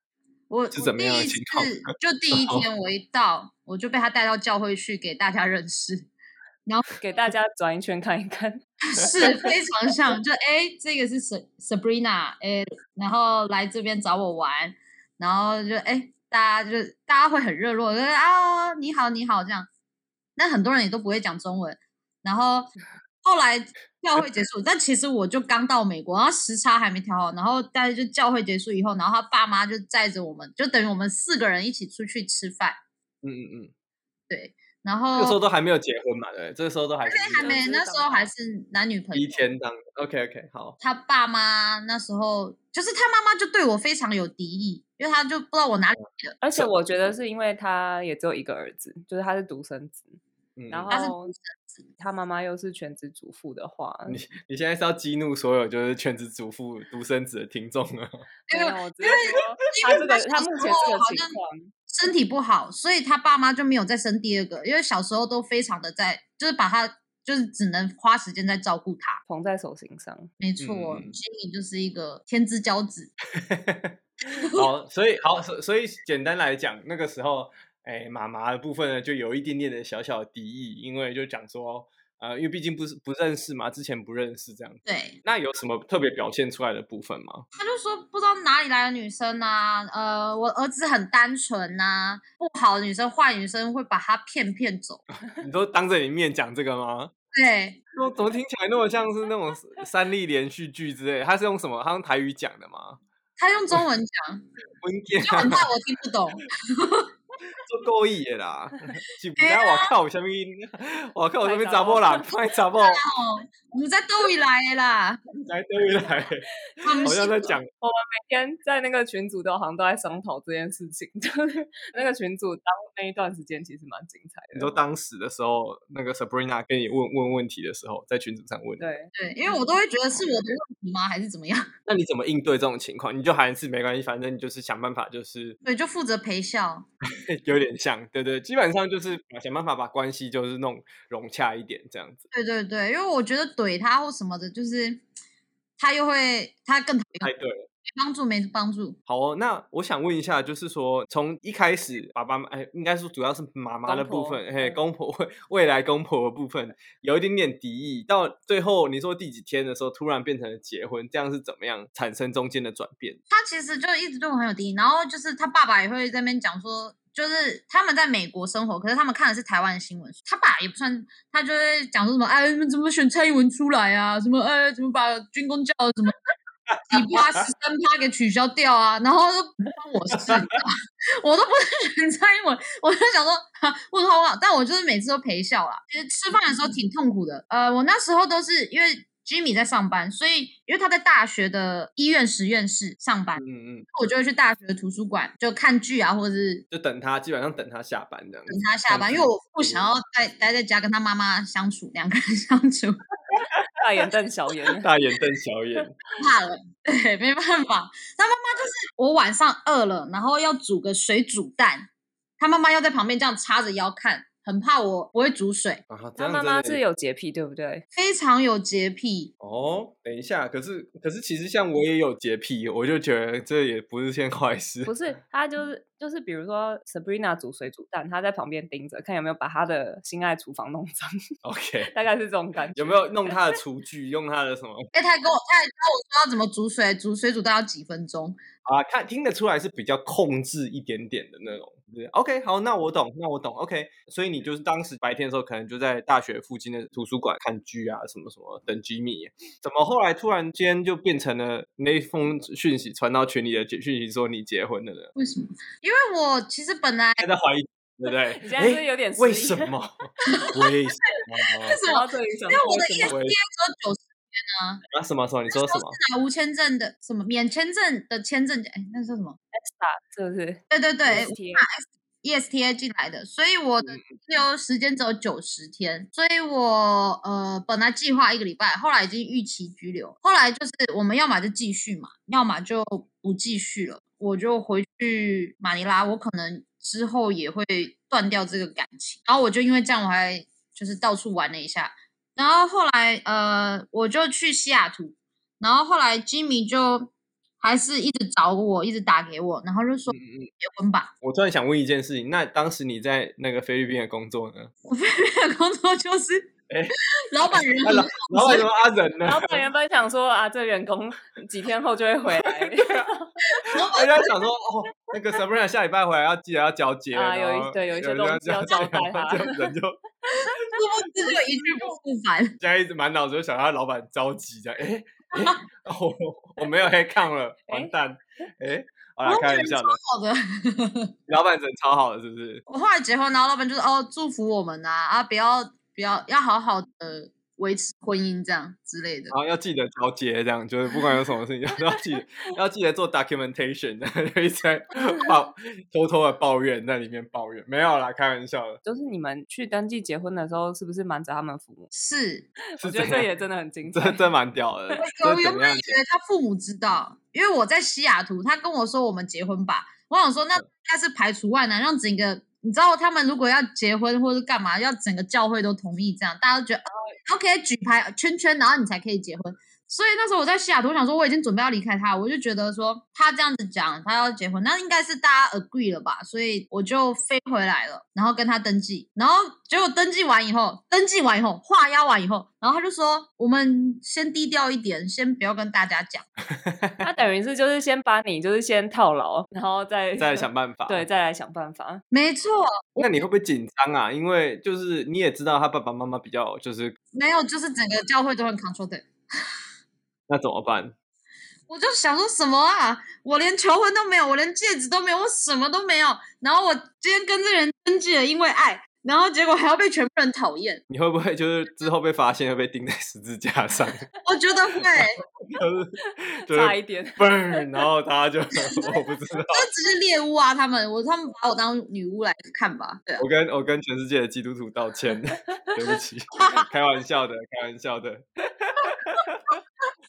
我我是怎么第样的一次情况 就第一天我一到，我就被他带到教会去给大家认识，给大家转一圈看一看。是非常像，就哎、诶这个是 Sa- Sabrina，哎、然后来这边找我玩，然后就哎、诶大家就大家会很热络，就是啊，你好，你好这样。那很多人也都不会讲中文，然后后来教会结束，但其实我就刚到美国，然后时差还没调好，然后但是就教会结束以后，然后他爸妈就载着我们，就等于我们四个人一起出去吃饭，嗯嗯嗯，然这后个时候都还没有结婚嘛，对，这个时候都还是哦还没知道那时候还是男女朋第一友。天当，OK OK，好，他爸妈那时候，就是他妈妈就对我非常有敌意，因为他就不知道我哪里来的，而且是我觉得是因为他也只有一个儿子，就是他是独生子，嗯，然他是后他妈妈又是全职主妇的话，你现在是要激怒所有就是全职主妇独生子的听众了，因没为有我我只是因为说他因这为他个小他时目前候这个好情像况，身体不好，所以他爸妈就没有再生第二个，因为小时候都非常的在，就是把他就是只能花时间在照顾他。捧在手心上。没错嗯嗯嗯，Jimmy 就是一个天之骄子， 好，所以好，所所以简单来讲，那个时候，哎，妈妈的部分呢，就有一点点的小小的敌意，因为就讲说，呃，因为毕竟不是不认识嘛，之前不认识这样。对，那有什么特别表现出来的部分吗？ 他就说不知道哪里来的女生啊，呃，我儿子很单纯呐、不好的女生、坏女生会把他骗骗走。你都当着你面讲这个吗？对，那怎么听起来那么像是那种三立连续剧之类？他是用什么？他用台语讲的吗？他用中 文讲，温健就很怕我听不懂。做故意的啦， 是不知对啊我靠，有啥物？ 我靠，有啥物查某人？快查某哦，你在逗你来的啦，来对不来？ 他们好像在讲每天在那个群组都好像都在商讨这件事情， 就是那个群组当那一段时间其实蛮精彩你的说。当时的时候，那个 Sabrina 跟你问问问题的时候，在群组上问，对，对，因为我都会觉得是我的问题吗，还是怎么样？那你怎么应对这种情况？你就还是没关系，反正你就是想办法，就是 对，就负责陪笑。有点像，对对，基本上就是想办法把关系就是弄融洽一点这样子。对对对，因为我觉得怼他或什么的，就是他又会他更讨嗯厌太哎对了，没帮助没帮助。好哦。那我想问一下，就是说从一开始爸爸妈哎，应该说主要是妈妈的公部婆分，嘿，嗯公婆未未来公婆的部分有一点点敌意，到最后你说第几天的时候突然变成了结婚，这样是怎么样产生中间的转变？他其实就一直对我很有敌意，然后就是他爸爸也会在那边讲说，就是他们在美国生活，可是他们看的是台湾的新闻，他爸也不算，他就会讲说什么，哎，你们怎么选蔡英文出来啊？什么，哎，怎么把军工教什么几趴十三趴给取消掉啊？然后就不关我事，你知道吗我都不是选蔡英文，我就想说，哈问号问号，但我就是每次都陪笑啦。其实吃饭的时候挺痛苦的，呃，我那时候都是因为。Jimmy 在上班，所以因为他在大学的医院实验室上班，嗯嗯，我就会去大学的图书馆就看剧啊，或者是就等他，基本上等他下班这样子等。他下班，因为我不想要待待在家跟他妈妈相处，两个人相处大眼瞪小眼， 大眼瞪小 眼，怕了，对，没办法。他妈妈就是我晚上饿了，然后要煮个水煮蛋，他妈妈要在旁边这样插着腰看，很怕我我会煮水，啊，这他样妈真妈的是有洁癖，对不对？非常有洁癖。哦。等一下，可是可是，其实像我也有洁癖，我就觉得这也不是件 啊坏事不。是，他就是就是，比如说 Sabrina 煮水煮蛋，他在旁边盯着，看有没有把他的心爱厨房弄脏， OK，大概是这种感觉。有没有弄他的厨具，用他的什么哎，他还跟我，他还教我说要怎么煮水，煮水煮蛋要几分钟。啊？看听得出来是比较控制一点点的那种。是不是 OK，好，那我懂，那我懂。OK，所以你就是当时白天的时候，可能就在大学附近的图书馆看剧啊，什么什么等 Jimmy。怎么后来突然间就变成了那一封讯息传到群里的讯息，说你结婚了呢？为什么？因为我其实本来还在怀疑，对不 对？你现在是不是诶有点为失忆什么？ 为什么？什 么然后这里想因为我的为什么 ESPN 只我也有九十啊，什么什么？你说什么？拿无签证的什么免签证的签证，哎，那叫什么？ ESTA 是不是对对对，哎 STA ESTA 进来的，所以我嗯的自由时间只有九十天，所以我呃本来计划一个礼拜，后来已经逾期拘留，后来就是我们要么就继续嘛，要么就不继续了，我就回去马尼拉，我可能之后也会断掉这个感情，然后我就因为这样，我还就是到处玩了一下，然后后来呃我就去西雅图，然后后来 Jimmy 就。还是一直找我，一直打给我，然后就说嗯嗯嗯结婚吧。我突然想问一件事情，那当时你在那个菲律宾的工作呢？我菲律宾的工作就是 哎，老板人那很啊老好老板怎么阿仁呢？老板原本想说啊，这员工 几天后就会回来 大家想说哦，那个 Sabrina 下礼拜回来要记得要交接啊然后有一对有一些人东西要交代然后他就 人就殊不知就一去不复返。现在一直满脑子就想他老板着急这样，哎哎，我我没有黑抗了，完蛋，哎，好哦啦，老板开玩人笑超的，好的。老板人超好的，是不是？我后来结婚，然后老板就说：“哦，祝福我们呐、啊，不要不要，要好好的维持婚姻这样之类的。然后要记得交接，这样就是不管有什么事情， 要记得要记得做 documentation，就一直 在抱偷偷的抱怨在里面抱怨，没有啦，开玩笑的，就是你们去登记结婚的时候，是不是瞒着他们父母？是是我觉得这这样也真的很精彩。这这蛮屌 的，我这原怎么本样以？为他父母知道，因为我在西雅图，他跟我说我们结婚吧，我想说那嗯应该是排除万难，让整个你知道他们如果要结婚或者干嘛，要整个教会都同意这样，大家都觉得、呃哦、OK 举牌圈圈，然后你才可以结婚。所以那时候我在西雅图，我想说我已经准备要离开他了，我就觉得说他这样子讲，他要结婚，那应该是大家 agree 了吧？所以我就飞回来了，然后跟他登记，然后结果登记完以后，登记完以后，画押完以后，然后他就说我们先低调一点，先不要跟大家讲。他等于是就是先把你就是先套牢，然后再再来想办法。对，，再来想办法。没错，那你会不会紧张啊？因为就是你也知道他爸爸妈妈比较就是没有，就是整个教会都很 control 的。那怎么办？我就想说什么啊？我连求婚都没有，我连戒指都没有，我什么都没有。然后我今天跟这个人登记了，因为爱，然后结果还要被全部人讨厌。你会不会就是之后被发现会被钉在十字架上？ 我觉得会，就是就差一是点， burn，然后大家就 我不知道。就只是猎物啊！他们，我他们把我当女巫来看吧。对啊，我跟我跟全世界的基督徒道歉， 对不 起，开玩笑的，开玩笑的。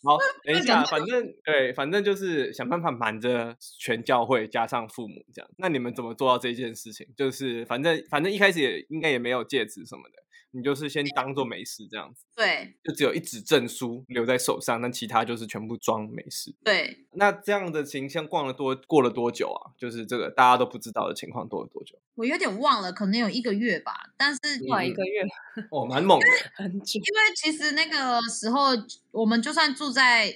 好，等一下，反正对，反正就是想办法瞒着全教会加上父母这样。那你们怎么做到这件事情？就是反正反正一开始也应该也没有戒指什么的，你就是先当做没事这样子，对就只有一纸证书留在手上，但其他就是全部装没事。对，那这样的形象逛了多过了多久啊？就是这个大家都不知道的情况过了多久？我有点忘了，可能有一个月吧。但是因哇，一个月哦，蛮猛的。很久。 为其实那个时候，我们就算住在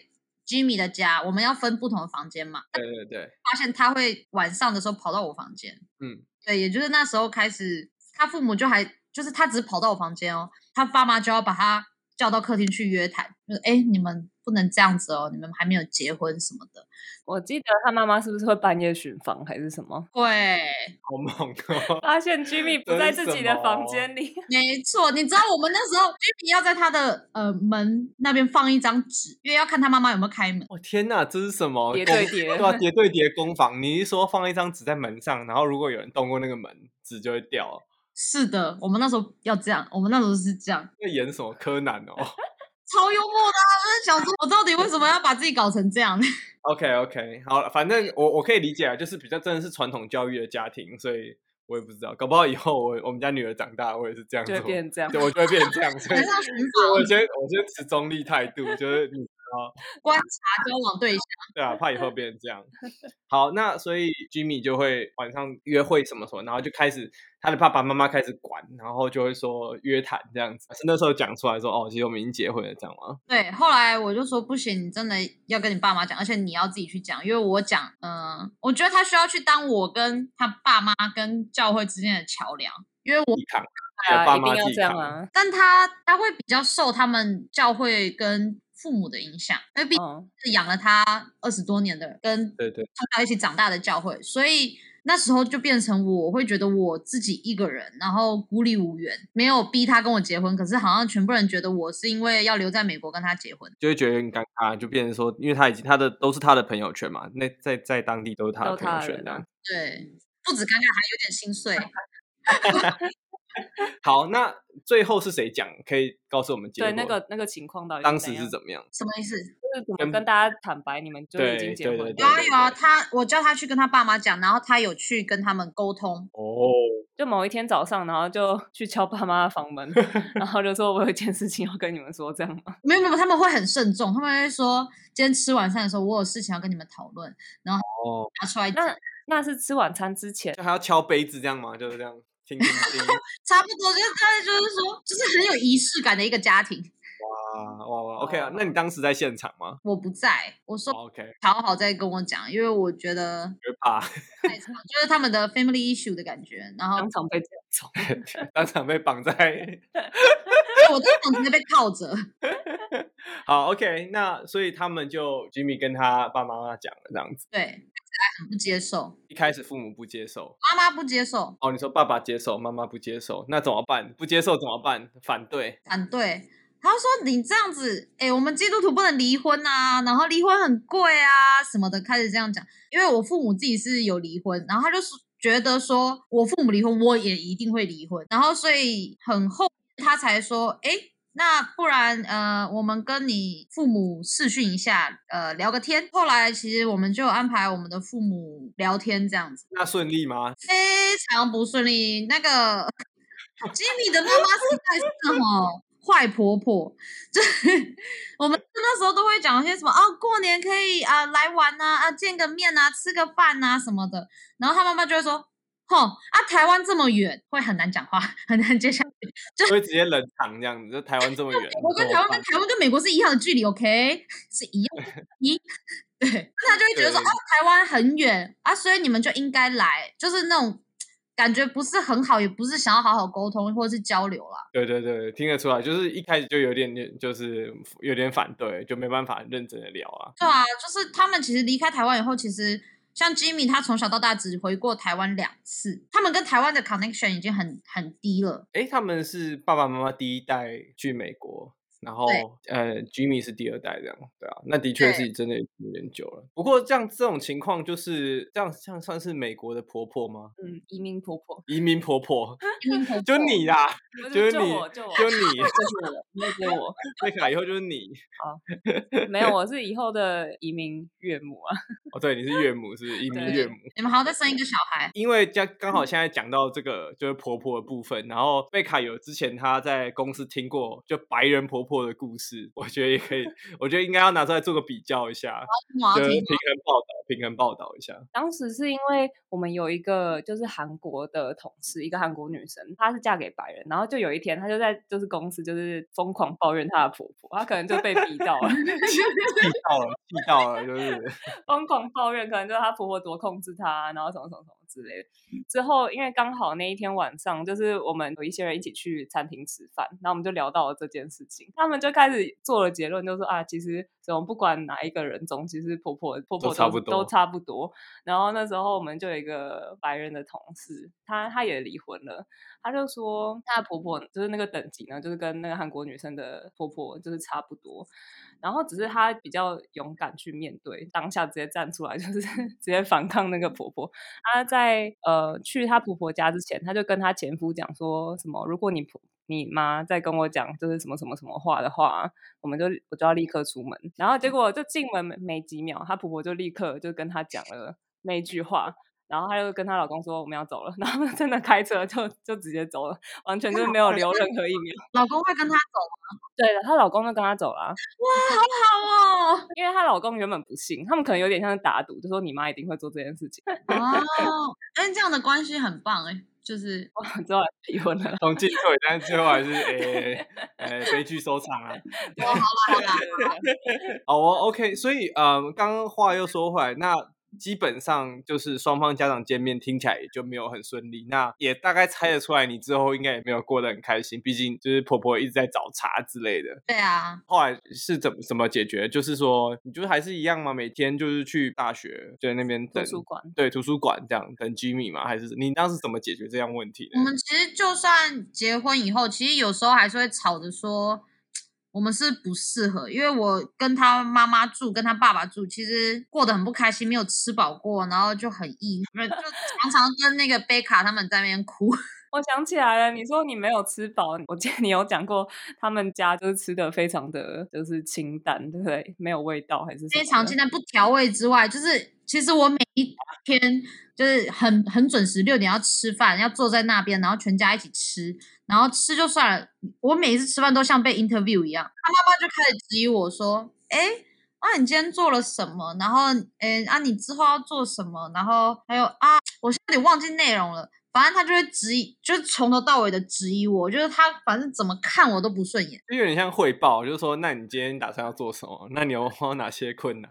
Jimmy 的家，我们要分不同的房间嘛。对对对，发现他会晚上的时候跑到我房间。嗯，对，也就是那时候开始，他父母就还就是他只是跑到我房间哦，他爸妈就要把他叫到客厅去约谈，就是哎，诶你们不能这样子哦，你们还没有结婚什么的。我记得他妈妈是不是会半夜巡房还是什么？对，好猛哦！ 发现 Jimmy 不在真自己什的房么间里， 没错，你知道我们那时候 Jimmy 要在他的呃门那边放一张纸，因为要看他妈妈有没有开门。我、天哪，这是什么叠攻对叠对 啊，叠对叠攻防。你一说放一张纸在门上，然后如果有人动过那个门，纸就会掉。哦是的，我们那时候要这样，我们那时候是这样，那演什么柯南哦超幽默的、啊。我就想说，我到底为什么要把自己搞成这样？ ？OK OK，好 了，反正我我可以理解啊，就是比较真的是传统教育的家庭，所以我也不知道，搞不好以后我我们家女儿长大，我也是这样就做会，变成这样。对， 我就会变成这样。所 以还是要寻我访先我先持中立态度，就是你观察交往对象。对啊，怕以后变 成这样。好，那所以 Jimmy 就会晚上约会什么什么，然后就开始他的爸爸妈妈开始管，然后就会说约谈这样子。是那时候讲出来说，哦，其实我们已经结婚了，这样吗？对，后来我就说不行，你真的要跟你爸妈讲，而且你要自己去讲，因为我讲，嗯、我觉得他需要去当我跟他爸妈跟教会之间的桥梁，因为我，抵抗，对爸啊，一妈定要自己这样扛啊。但他他会比较受他们教会跟父母的影响，因为毕竟嗯，是养了他二十多年的人，跟对对，从小一起长大的教会，所以那时候就变成我会觉得我自己一个人，然后孤立无援，没有逼他跟我结婚，可是好像全部人觉得我是因为要留在美国跟他结婚。就会觉得有点尴尬，就变成说，因为他已经他的都是他的朋友圈嘛，那在在当地都是他都的朋他友的圈人这啊样。对，不止尴尬，还有点心碎。好，那最后是谁讲？可以告诉我们结果？对那个那个情况到底当时怎是样怎么样？什么意思？就是怎么跟跟大家坦白，你们就已对经结婚对了对有啊有啊，他我叫他去跟他爸妈讲，然后他有去跟他们沟通。哦，就某一天早上，然后就 去敲爸妈的房门，然后就说我有一件事情要跟你们说，这样吗？没有没有，他们会很慎重，他们会说今天吃晚餐的时候，我有事情要跟你们讨论，哦，拿出来讲那。那是吃晚餐之前就还要敲杯子这样吗？就是这样，听听 听，差不多就是大概就是说，就是很有仪式感的一个家庭。哇哇哇，OK 啊？那你当时在现场吗我不在，我说哦？OK，好好再跟我讲，因为我觉得别怕，太长，就是他们的 family issue 的感觉。然后当场被讲走， 当场被绑在。我在场直接被铐着，好，OK，那所以他们就 Jimmy 跟他爸爸妈妈讲了这样子，对，还很不接受，一开始父母不接受，妈妈不接受，哦，你说爸爸接受，妈妈不接受，那怎么办？不接受怎么办？反对，反对。他就说你这样子，哎、我们基督徒不能离婚啊，然后离婚很贵啊什么的，开始这样讲。因为我父母自己是有离婚，然后他就是觉得说我父母离婚，我也一定会离婚，然后所以很后他才说，哎，那不然呃，我们跟你父母视讯一下，呃，聊个天。后来其实我们就安排我们的父母聊天这样子，那顺利吗？非常不顺利。那个吉米的妈妈实在是哦。坏婆婆，就是我们那时候都会讲一些什么啊，过年可以啊、来玩呐、啊，见个面呐、吃个饭呐、什么的。然后他妈妈就会说，吼啊，台湾这么远，会很难讲话，很难接下去。就会直接冷藏这样子，就台湾这么远，美国跟怎么台湾办跟台湾跟美国是一样的距离，OK，是一样的一。 对，那他就会觉得说啊，对台湾很远啊，所以你们就应该来，就是那种感觉不是很好，也不是想要好好沟通或者是交流啦。对对对，听得出来，就是一开始就有点点，就是有点反对，就没办法认真的聊啊。对啊，就是他们其实离开台湾以后，其实像 Jimmy 他从小到大只回过台湾两次，他们跟台湾的 connection 已经很很低了。诶，他们是爸爸妈妈第一代去美国，然后呃，Jimmy 是第二代这样，对啊，那的确是真的有点久了。不过这样这种情况，就是这样，这样算是美国的婆婆吗？嗯，移民婆婆，移民婆婆，移民婆就婆你啦，啊就就是就你我就我 就你，就是我，那是我，贝卡以后就是你。没有，我是以后的移民岳母啊。哦，对，你是岳母，是不是移民对嗯岳母。你们好好再生一个小孩，因为刚刚好现在讲到这个就是婆婆的部分，然后贝卡有之前她在公司听过就白人婆婆的故事，我觉得也可以， 我觉得应该要拿出来做个比较一下，我要就是听平衡报道，平衡报道一下。当时是因为我们有一个就是韩国的同事，一个韩国女生，她是嫁给白人，然后就有一天她就在就是公司就是疯狂抱怨她的婆婆，她可能就被逼到了， 气到了，气到了，就是疯狂抱怨，可能就是她婆婆多控制她，啊然后什么什么什么之类的。之后因为刚好那一天晚上，就是我们有一些人一起去餐厅吃饭，然后我们就聊到了这件事情，他们就开始做了结论，就说啊，其实怎么不管哪一个人种，其实婆婆婆婆都差是不都多差不多。然后那时候我们就有一个白人的同事，她她也离婚了，她就说她的婆婆就是那个等级呢，就是跟那个韩国女生的婆婆就是差不多，然后只是她比较勇敢去面对，当下直接站出来，就是 直接反抗那个婆婆。她在呃去她婆婆家之前，她就跟她前夫讲说什么，如果你婆你妈再跟我讲就是什么什么什么话的话，我们就我就要立刻出门。然后结果就进门没没几秒，她婆婆就立刻就跟她讲了那一句话，然后她就跟她老公说我们要走了， 然后他们真的开车就就直接走了，完全就是没有留任何一秒。老公会跟他走，对了，她老公就跟她走了啊、哇，好好哦。因为她老公原本不信，他们可能有点像是打赌，就说你妈一定会做这件事情， 哦，哎，这样的关系很棒哎，就是之后还是离婚了啦。同进退，但是最后还是诶诶悲剧收场啊。哦，好啦好啦，好哦，OK，所以呃，刚刚话又说回来，那基本上就是双方家长见面听起来也就没有很顺利，那也大概猜得出来，你之后应该也没有过得很开心，毕竟就是婆婆一直在找茬之类的。对啊，后来是怎么怎么解决？就是说，你就是还是一样吗？每天就是去大学，就在那边等图书馆对图书馆这样等 Jimmy 吗？还是你当时怎么解决这样问题嗯我呢？们其实就算结婚以后，其实有时候还是会吵着说，我们是不适合，因为我跟他妈妈住，跟他爸爸住，其实过得很不开心，没有吃饱过，然后就很抑郁，不是就常常跟那个贝卡他们在那边哭。我想起来了，你说你没有吃饱，我记得你有讲过，他们家就是吃的非常的就是清淡，对不对？没有味道还是什么的非常清淡，不调味之外，就是其实我每一天就是很很准时六点要吃饭，要坐在那边，然后全家一起吃，然后吃就算了。我每一次吃饭都像被 interview 一样，他妈妈就开始质疑我说：“哎、啊，你今天做了什么？然后，哎，啊，你之后要做什么？然后还有啊，我现在有点忘记内容了。”反正他就会质疑，就是从头到尾的质疑我，就是他反正怎么看我都不顺眼。就有点像汇报，就是说，那你今天打算要做什么？那你有碰到哪些 困难？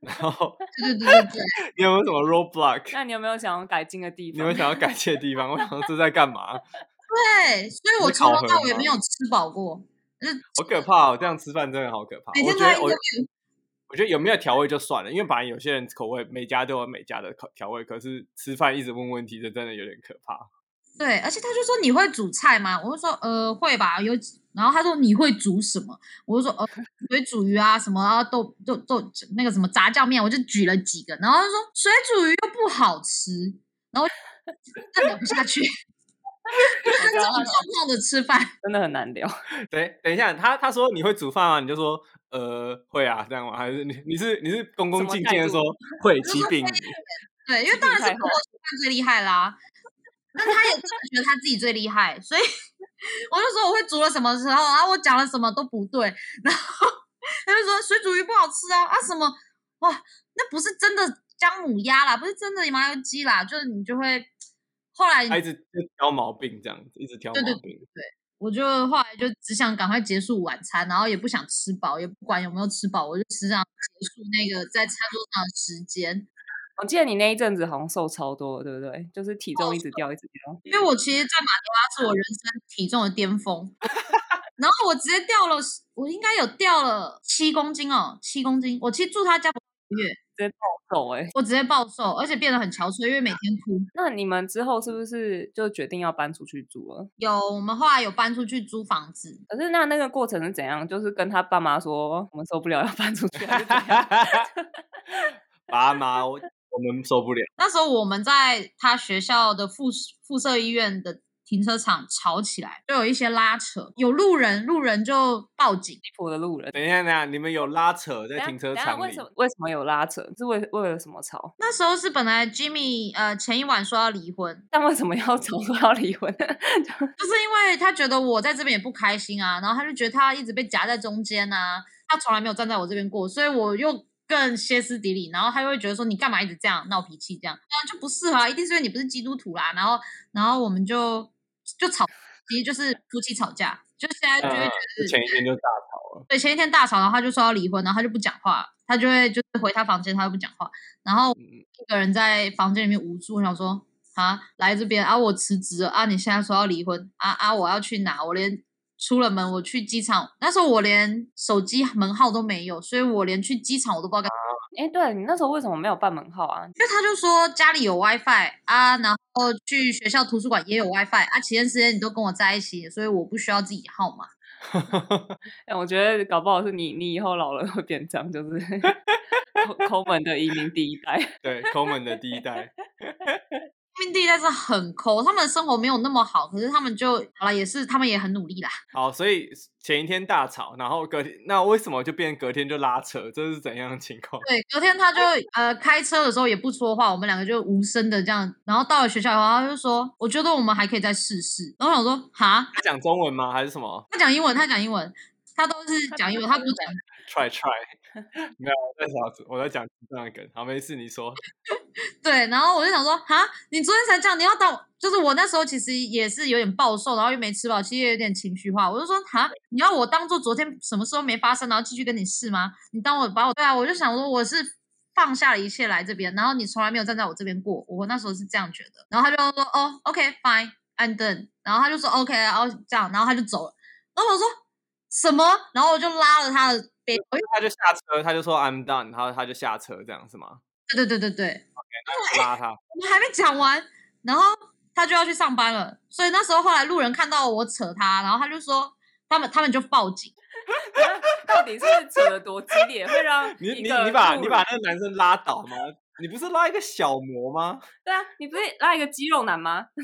然后对对对对对，你有没有什么 roadblock？那你有没有想要改进的地你方？ 有没有想要改进的地方？我想说这在干嘛？对，所以我是从考头到核尾吗没有吃饱过，就是好可怕哦！这样吃饭真的好可怕。每天我都觉在得 interview 我。我觉得有没有调味就算了，因为本来有些人口味每家都有每家的口调味，可是吃饭一直问问题，这真的有点可怕。对，而且他就说你会煮菜吗？我就说呃会吧，有几。然后他说你会煮什么？我就说呃水煮鱼啊什么啊豆豆豆那个什么炸酱面，我就举了几个。然后他说水煮鱼又不好吃，然后我就 真的聊不下去，就是 这种状况的吃饭。真的很难聊。等等一下，他他说你会煮饭吗？你就说呃会啊，这样吗？还是你你是你是恭恭什么敬态敬的度说会，就其是病会也对，因为自当己然是太婆婆煮饭最厉害啦。但他也真的觉得他自己最厉害，所以我就说我会煮了什么时候，然后我讲了什么都不对，然后他就说水煮鱼不好吃啊啊什么哇，那不是真的姜母鸭啦，不是真的麻油鸡啦，就是你就会后来他一直就挑毛病这样子，一直挑对对毛病。我就后来就只想赶快结束晚餐，然后也不想吃饱，也不管有没有吃饱，我就只想结束那个在餐桌上的时间。我记得你那一阵子好像瘦超多，对不对？就是体重一直掉，一直掉。因为我其实，在马尼拉是我人生体重的巅峰， 然后我直接掉了，我应该有掉了七公斤哦，七公斤。我其实住他家不到一个月，瘦哎、我直接暴瘦，而且变得很憔悴，因为每天哭。那你们之后是不是就决定要搬出去住了？有我们后来有搬出去租房子，可是那那个过程是怎样？就是跟他爸妈说我们受不了要搬出去，还是 怎样 爸妈，我我们受不了。那时候我们在他学校的附附设医院的停车场吵起来，就有一些拉扯，有路人，路人就报警。离谱的路人。等一下，等一下，你们有拉扯在等下停车等下场为里什，么为什么有拉扯？是为为了什么吵？那时候是本来 Jimmy 呃前一晚说要离婚，但为什么要 吵说要离婚？ 就是因为他觉得我在这边也不开心啊，然后他就觉得他一直被夹在中间啊，他从来没有站在我这边过，所以我又更歇斯底里，然后他又会觉得说你干嘛一直这样闹脾气这样，那就不适合、啊，一定是因为你不是基督徒啦，然后然后我们就就吵，其实就是夫妻吵架，就现在就会觉嗯得前一天就大吵了。对，前一天大吵，然后他就说要离婚，然后他就不讲话，他就会就是回他房间，他就不讲话，然后一个人在房间里面无助，我想说啊，来这边啊，我辞职了啊，你现在说要离婚啊啊，我要去哪？我连出了门，我去机场，那时候我连手机门号都没有，所以我连去机场我都不知道干嘛，哎、对你那时候为什么没有办门号啊？因为他就说家里有 WiFi 啊，然后去学校图书馆也有 WiFi 啊，前段时间你都跟我在一起，所以我不需要自己号码。哎、我觉得搞不好是你，你以后老了会变这样，就是 抠抠门的移民第一代。 对，Coleman 的第一代，民地但是很抠，他们的生活没有那么好，可是他们就好了，也是他们也很努力啦。好，所以前一天大吵，然后隔天，那为什么就变隔天就拉扯？这是怎样的情况？对，隔天他就呃开车的时候也不说话，我们两个就无声的这样。然后到了学校以后，他就说：“我觉得我们还可以再试试。”然后我想说：“哈，他讲中文吗？还是什么他讲英文，他讲英文，他都是讲英文，他不讲。？Try try，没有，我在想，我在讲这样的梗。好，没事，你说。”对，然后我就想说：“哈，你昨天才这样，你要当我就是我那时候其实也是有点暴瘦，然后又没吃饱，其实也有点情绪化。我就说：‘哈，你要我当做昨天什么事都没发生，然后继续跟你试吗？你当我把我对啊，我就想说我是放下了一切来这边，然后你从来没有站在我这边过，我那时候是这样觉得。然后他就说哦，OK fine and done，然后他就说 OK，然后这样，然后他就走了。然后我说什么？然后我就拉了他的背包，因为他就下车，他就说 I'm done，然后他就下车，这样是吗？对对对对对，拉他，我们还没讲完，然后他就要去上班了，所以那时候后来路人看到我扯他，然后他就说他们他们就报警， 到底是扯得多激烈，会 让你你一个你把路你把人那个男生拉倒吗？你不是拉一个小模吗？ 对啊，你不是拉一个肌肉男吗？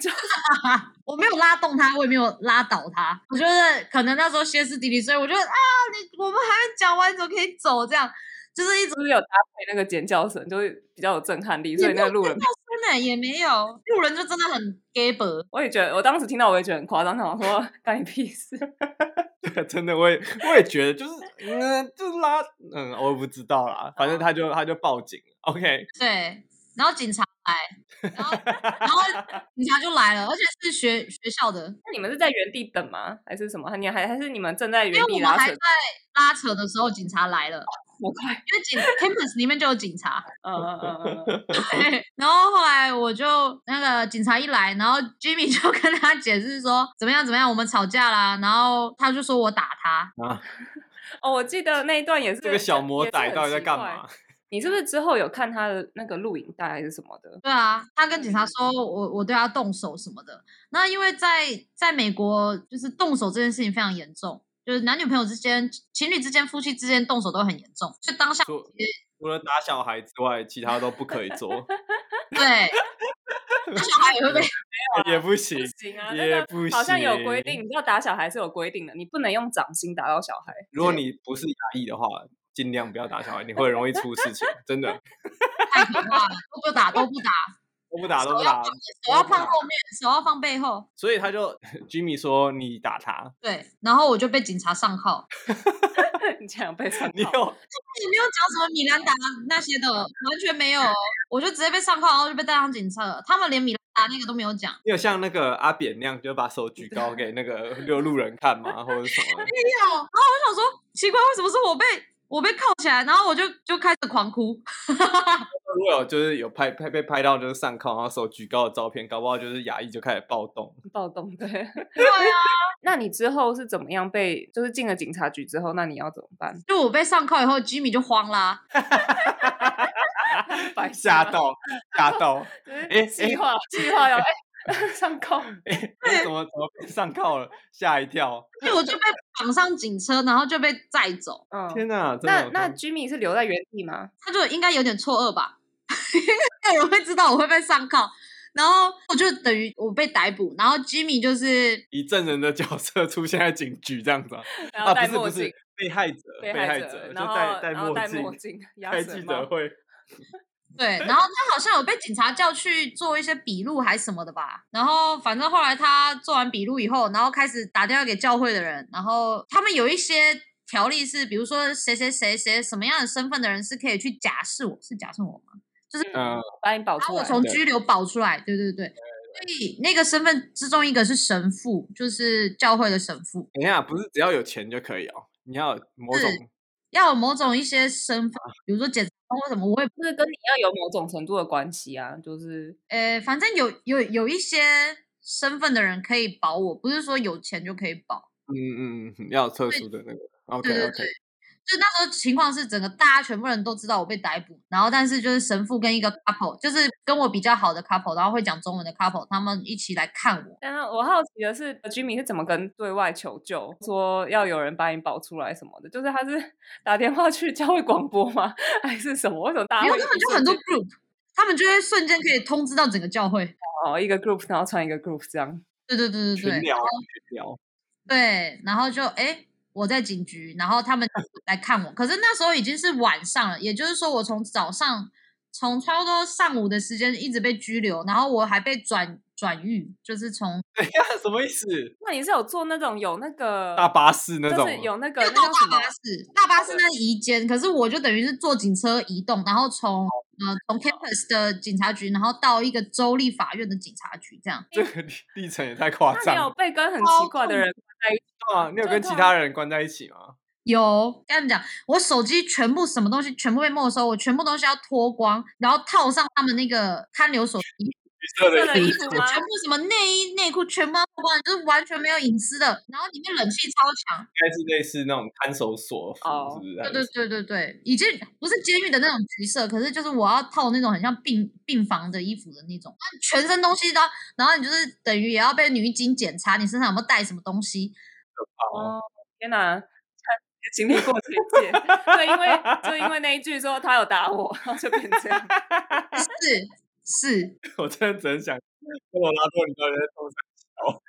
我没有拉动他，我也没有拉倒他。我觉得可能那时候歇斯底里，所以我就啊，你我们还没讲完，你怎么可以走？这样就是一直就是有搭配那个尖叫声，就是比较有震撼力，所以那个路人真的也没有路人就真的很 gay 伯。我也觉得，我当时听到我也觉得很夸张，想说干你屁事。 对，真的，我也我也觉得，就是嗯，就是拉，嗯，我也不知道啦，嗯反正他就他就报警了。OK，对，然后警察来，然后然后警察就来了，而且是学学校的，那你们是在原地等吗？还是什么？你还还是你们正在因为原我地们拉还扯在？拉扯的时候，警察来了，好快，因为警 campus 里面就有警察。嗯嗯嗯嗯嗯，对，然后后来我就那个警察一来，然后 Jimmy 就跟他解释说怎么样怎么样，我们吵架啦，然后他就说我打他，哦，我记得那一段也是这个小魔仔到底在干？也是很奇嘛怪？你是不是之后有看他的那个录影带还是什么的？对啊，他跟警察说我我对他动手什么的。那因为在在美国，就是动手这件事情非常严重。就是男女朋友之间、情侣之间、夫妻之间动手都很严重，所以当下除除了打小孩之外，其他都不可以 做，对， 那小孩也会被也不行不，行啊，那也个不行。好像有规定，你知道打小孩是有规定的，你不能用掌心打到小孩。 如果你不是压抑的话，尽量不要打小孩，你会容易出事情，真的。太可怕了，都啊不打都不打，都不打都不手要打放，手要放后面，手要放背后，所以他就 Jimmy 说你打他，对，然后我就被警察上铐，你这 样被上你铐有也没有讲什么米兰达那些的，完全没有哦，我就直接被上铐，然后就被带上警车了，他们连米兰达那个都没有讲，你有像那个阿扁那样，就把手举高给那个六路人看吗，或者 什么没的？有。然后我想说，奇怪，为什么是我被我被铐起来？然后我就就开始狂哭。 如果有就是有拍拍被拍到就是上铐，然后手举高的照片，搞不好就是牙医就开始暴动。暴动，对。对啊，那你之后是怎么样被？就是进了警察局之后，那你要怎么 办？就我被上铐以后，Jimmy 就慌啦。 白痴吓吗到，吓 到！哎哎计哎划计划要哎 上铐，怎么怎么被上铐了？吓一哦跳！所以我就被绑上警车，然后就被载走。 嗯。天哪！真的那有那看 Jimmy 是留在原地吗？他就应该有点错愕吧， 应该没有人会知道我会被上铐。然后我就等于我被逮捕，然后 Jimmy 就是以证人的角色出现在警局这样子啊？然后啊，戴不是墨不是镜，，被害者，被害者，就然后戴然后戴墨 镜，镜，鸭开舌记帽者会。对，然后他好像有被警察叫去做一些笔录还是什么的吧。然后反正后来他做完笔录以后，然后开始打电话给教会的人，然后他们有一些条例是，比如说谁谁谁谁什么样的身份的人是可以去假释我，是假释我吗？ 嗯，把你保把出我来。从对拘留保出来。对对对。所以那个身份之中一个是神父，就是教会的神父，等一下，不是只要有钱就可以哦，你要有某是种要有某种一些身份，啊比如说检察官或什么，我也就是跟你要有某种程度的关系啊，就是呃，反正有有有一些身份的人可以保我，不是说有钱就可以保。嗯嗯嗯，要有特殊的那个。OK 对对 OK，对。就那时候情况是，整个大家全部人都知道我被逮捕，然后但是就是神父跟一个 couple，就是跟我比较好的 couple，然后会讲中文的 couple，他们一起来看我。但是我好奇的是，Jimmy 是怎么跟对外求救，说要有人把你保出来什么的？就是他是 打电话去教会广播吗？ 还是什么？为什么大家因啊会为他们一就瞬很多间 group，他们就会瞬间可以通知到整个教会。哦一个 group，然后传一个 group 这样？对对对对群对聊群聊，对，然后就哎我在警局，然后他们来看我。可是那时候已经是晚上了，也就是说我从早上从差不多上午的时间一直被拘留，然后我还被转转狱，就是从等一下 什么意思？那你是有做那种有那个大巴士那就种是有那个要那到叫什大么巴？士，大巴士那是移监，可是我就等于是坐警车移动，然后从呃从 campus 的警察局，然后到一个州立法院的警察局这样。这个历历程也太夸那张你有了被跟很超奇怪的痛人啊！你有就跟是其通常他人关在一起吗？有跟你们讲，我手机全部什么东西全部被没收，我全部东西要脱光，然后套上他们那个看留所的衣服，橘色色的衣衣服服就吗？全部什么内衣内裤全部要脱光，就是完全没有隐私的。然后里面冷气超强，应该是类似那种看守所服，哦是不是？对对对对对，已经不是监狱的那种橘色，可是就是我要套那种很像病病房的衣服的那种，全身东西都要，然后你就是等于也哦要被女警检查你身上有没有带什么东西，好哦，天哪！经历过这一届，对，因为就因为那一句说他有打我，然后就变这样。是是，我真的只能想，跟我拉多，你到底在冲啥笑？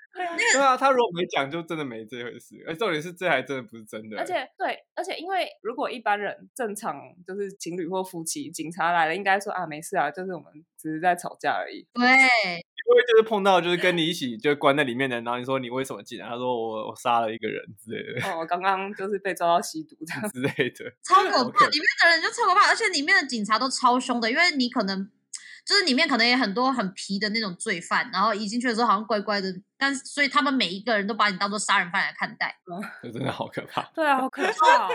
对啊，他如果没讲，就真的没这回事。而重点是，这还真的不是真的。欸而且 对，而且因为如果一般人正常就是情侣或夫妻，警察来了应该说啊没事啊，就是我们只是在吵架而已。对，因为就是碰到就是跟你一起就关在里面的人，然后你说你为什么进来？他说我我杀了一个人之类的 哦，我刚刚就是被抓到吸毒这样。之类的。超可好怕！可里面的人就超可怕，而且里面的警察都超凶的，因为你可能就是里面可能也很多很皮的那种罪犯，然后一进去的时候好像乖乖的，但是所以他们每一个人都把你当做杀人犯来看待。这真的好可怕。 对啊，好可怕、哦！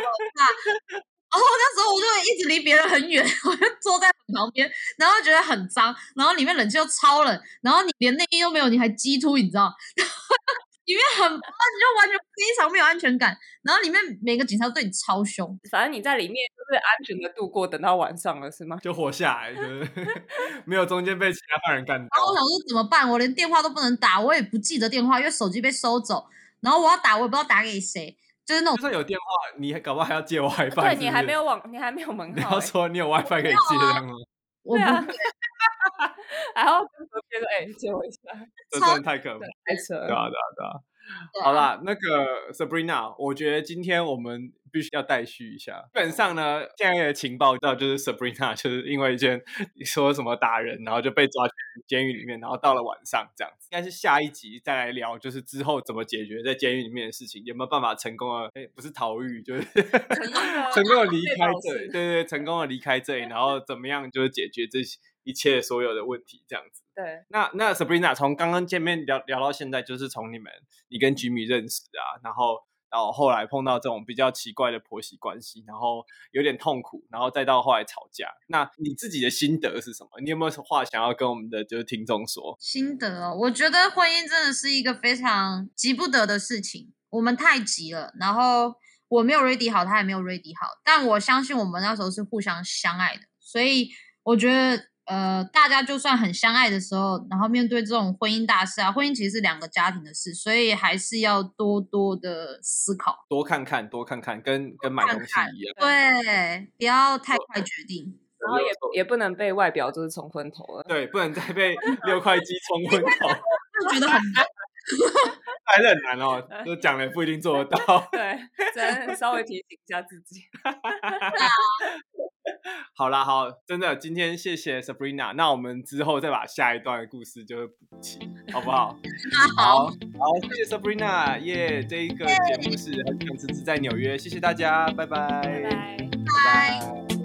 然后那时候我就一直离别人很远， 我就坐在旁边，然后觉得很脏，然后里面冷气又超冷，然后你连内衣都没有，你还鸡突，你知道？ 里面很，你就完全非常没有安全感，然后里面每个警察都对你超凶，反正你在里面就是安全的度过，等到晚上了是 吗？就活下来，就是 没有中间被其他犯人干哦然后我到。想说怎么办？我连电话都不能打，我也不记得电话，因为手机被收走。然后我要打，我也不知道打给谁，就是那就种算有电话，你还搞不好还要借 WiFi 哦对是不你还是没有网，你还没有门 你号、要欸，说你有 WiFi 可以借啊这样吗？我对不、啊 然后跟隔壁说：“哎、借我一下。这超真的太可怕对了，，开车。对啊对啊对啊。好啦，那个 Sabrina，我觉得今天我们必须要待续一下。基本上呢，现在的情报到就是 Sabrina 就是因为一件说什么打人，然后就被抓去监狱里面，然后到了晚上这样子。应该是下一集再来聊，就是之后怎么解决在监狱里面的事情，有没有办法成功的，哎，不是逃狱，就是成功的 成功的离这开这种事里，对对，对成功的离开这里，然后怎么样就是解决这一切所有的问题这样子。对，那那 Sabrina 从刚刚见面聊聊到现在，就是从你们你跟 Jimmy 认识啊，然后然后后来碰到这种比较奇怪的婆媳关系，然后有点痛苦，然后再到后来吵架。那你自己的心得是什么？你有没有什么话想要跟我们的就是听众说？心得哦，我觉得婚姻真的是一个非常急不得的事情，我们太急了，然后我没有 ready 好，他也没有 ready 好，但我相信我们那时候是互相相爱的，所以我觉得呃，大家就算很相爱的时候，然后面对这种婚姻大事啊，婚姻其实是两个家庭的事，所以还是要多多的思考，多看看，多看看，跟跟买看东西看一样。对，不要太快决定，然后也也不能被外表就是冲昏头了。对，不能再被六块肌冲 昏头，就觉得很难。还是很难哦。就讲了也不一定做得到。对，真的稍微提醒一下自 己。好啦，好，真的，今天谢谢 Sabrina，那我们之后再把下一段的故事就是补齐，好不 好？好，好，谢谢 Sabrina，耶、这一个节目是很想辞职在纽约，谢谢大家，拜拜拜拜。拜拜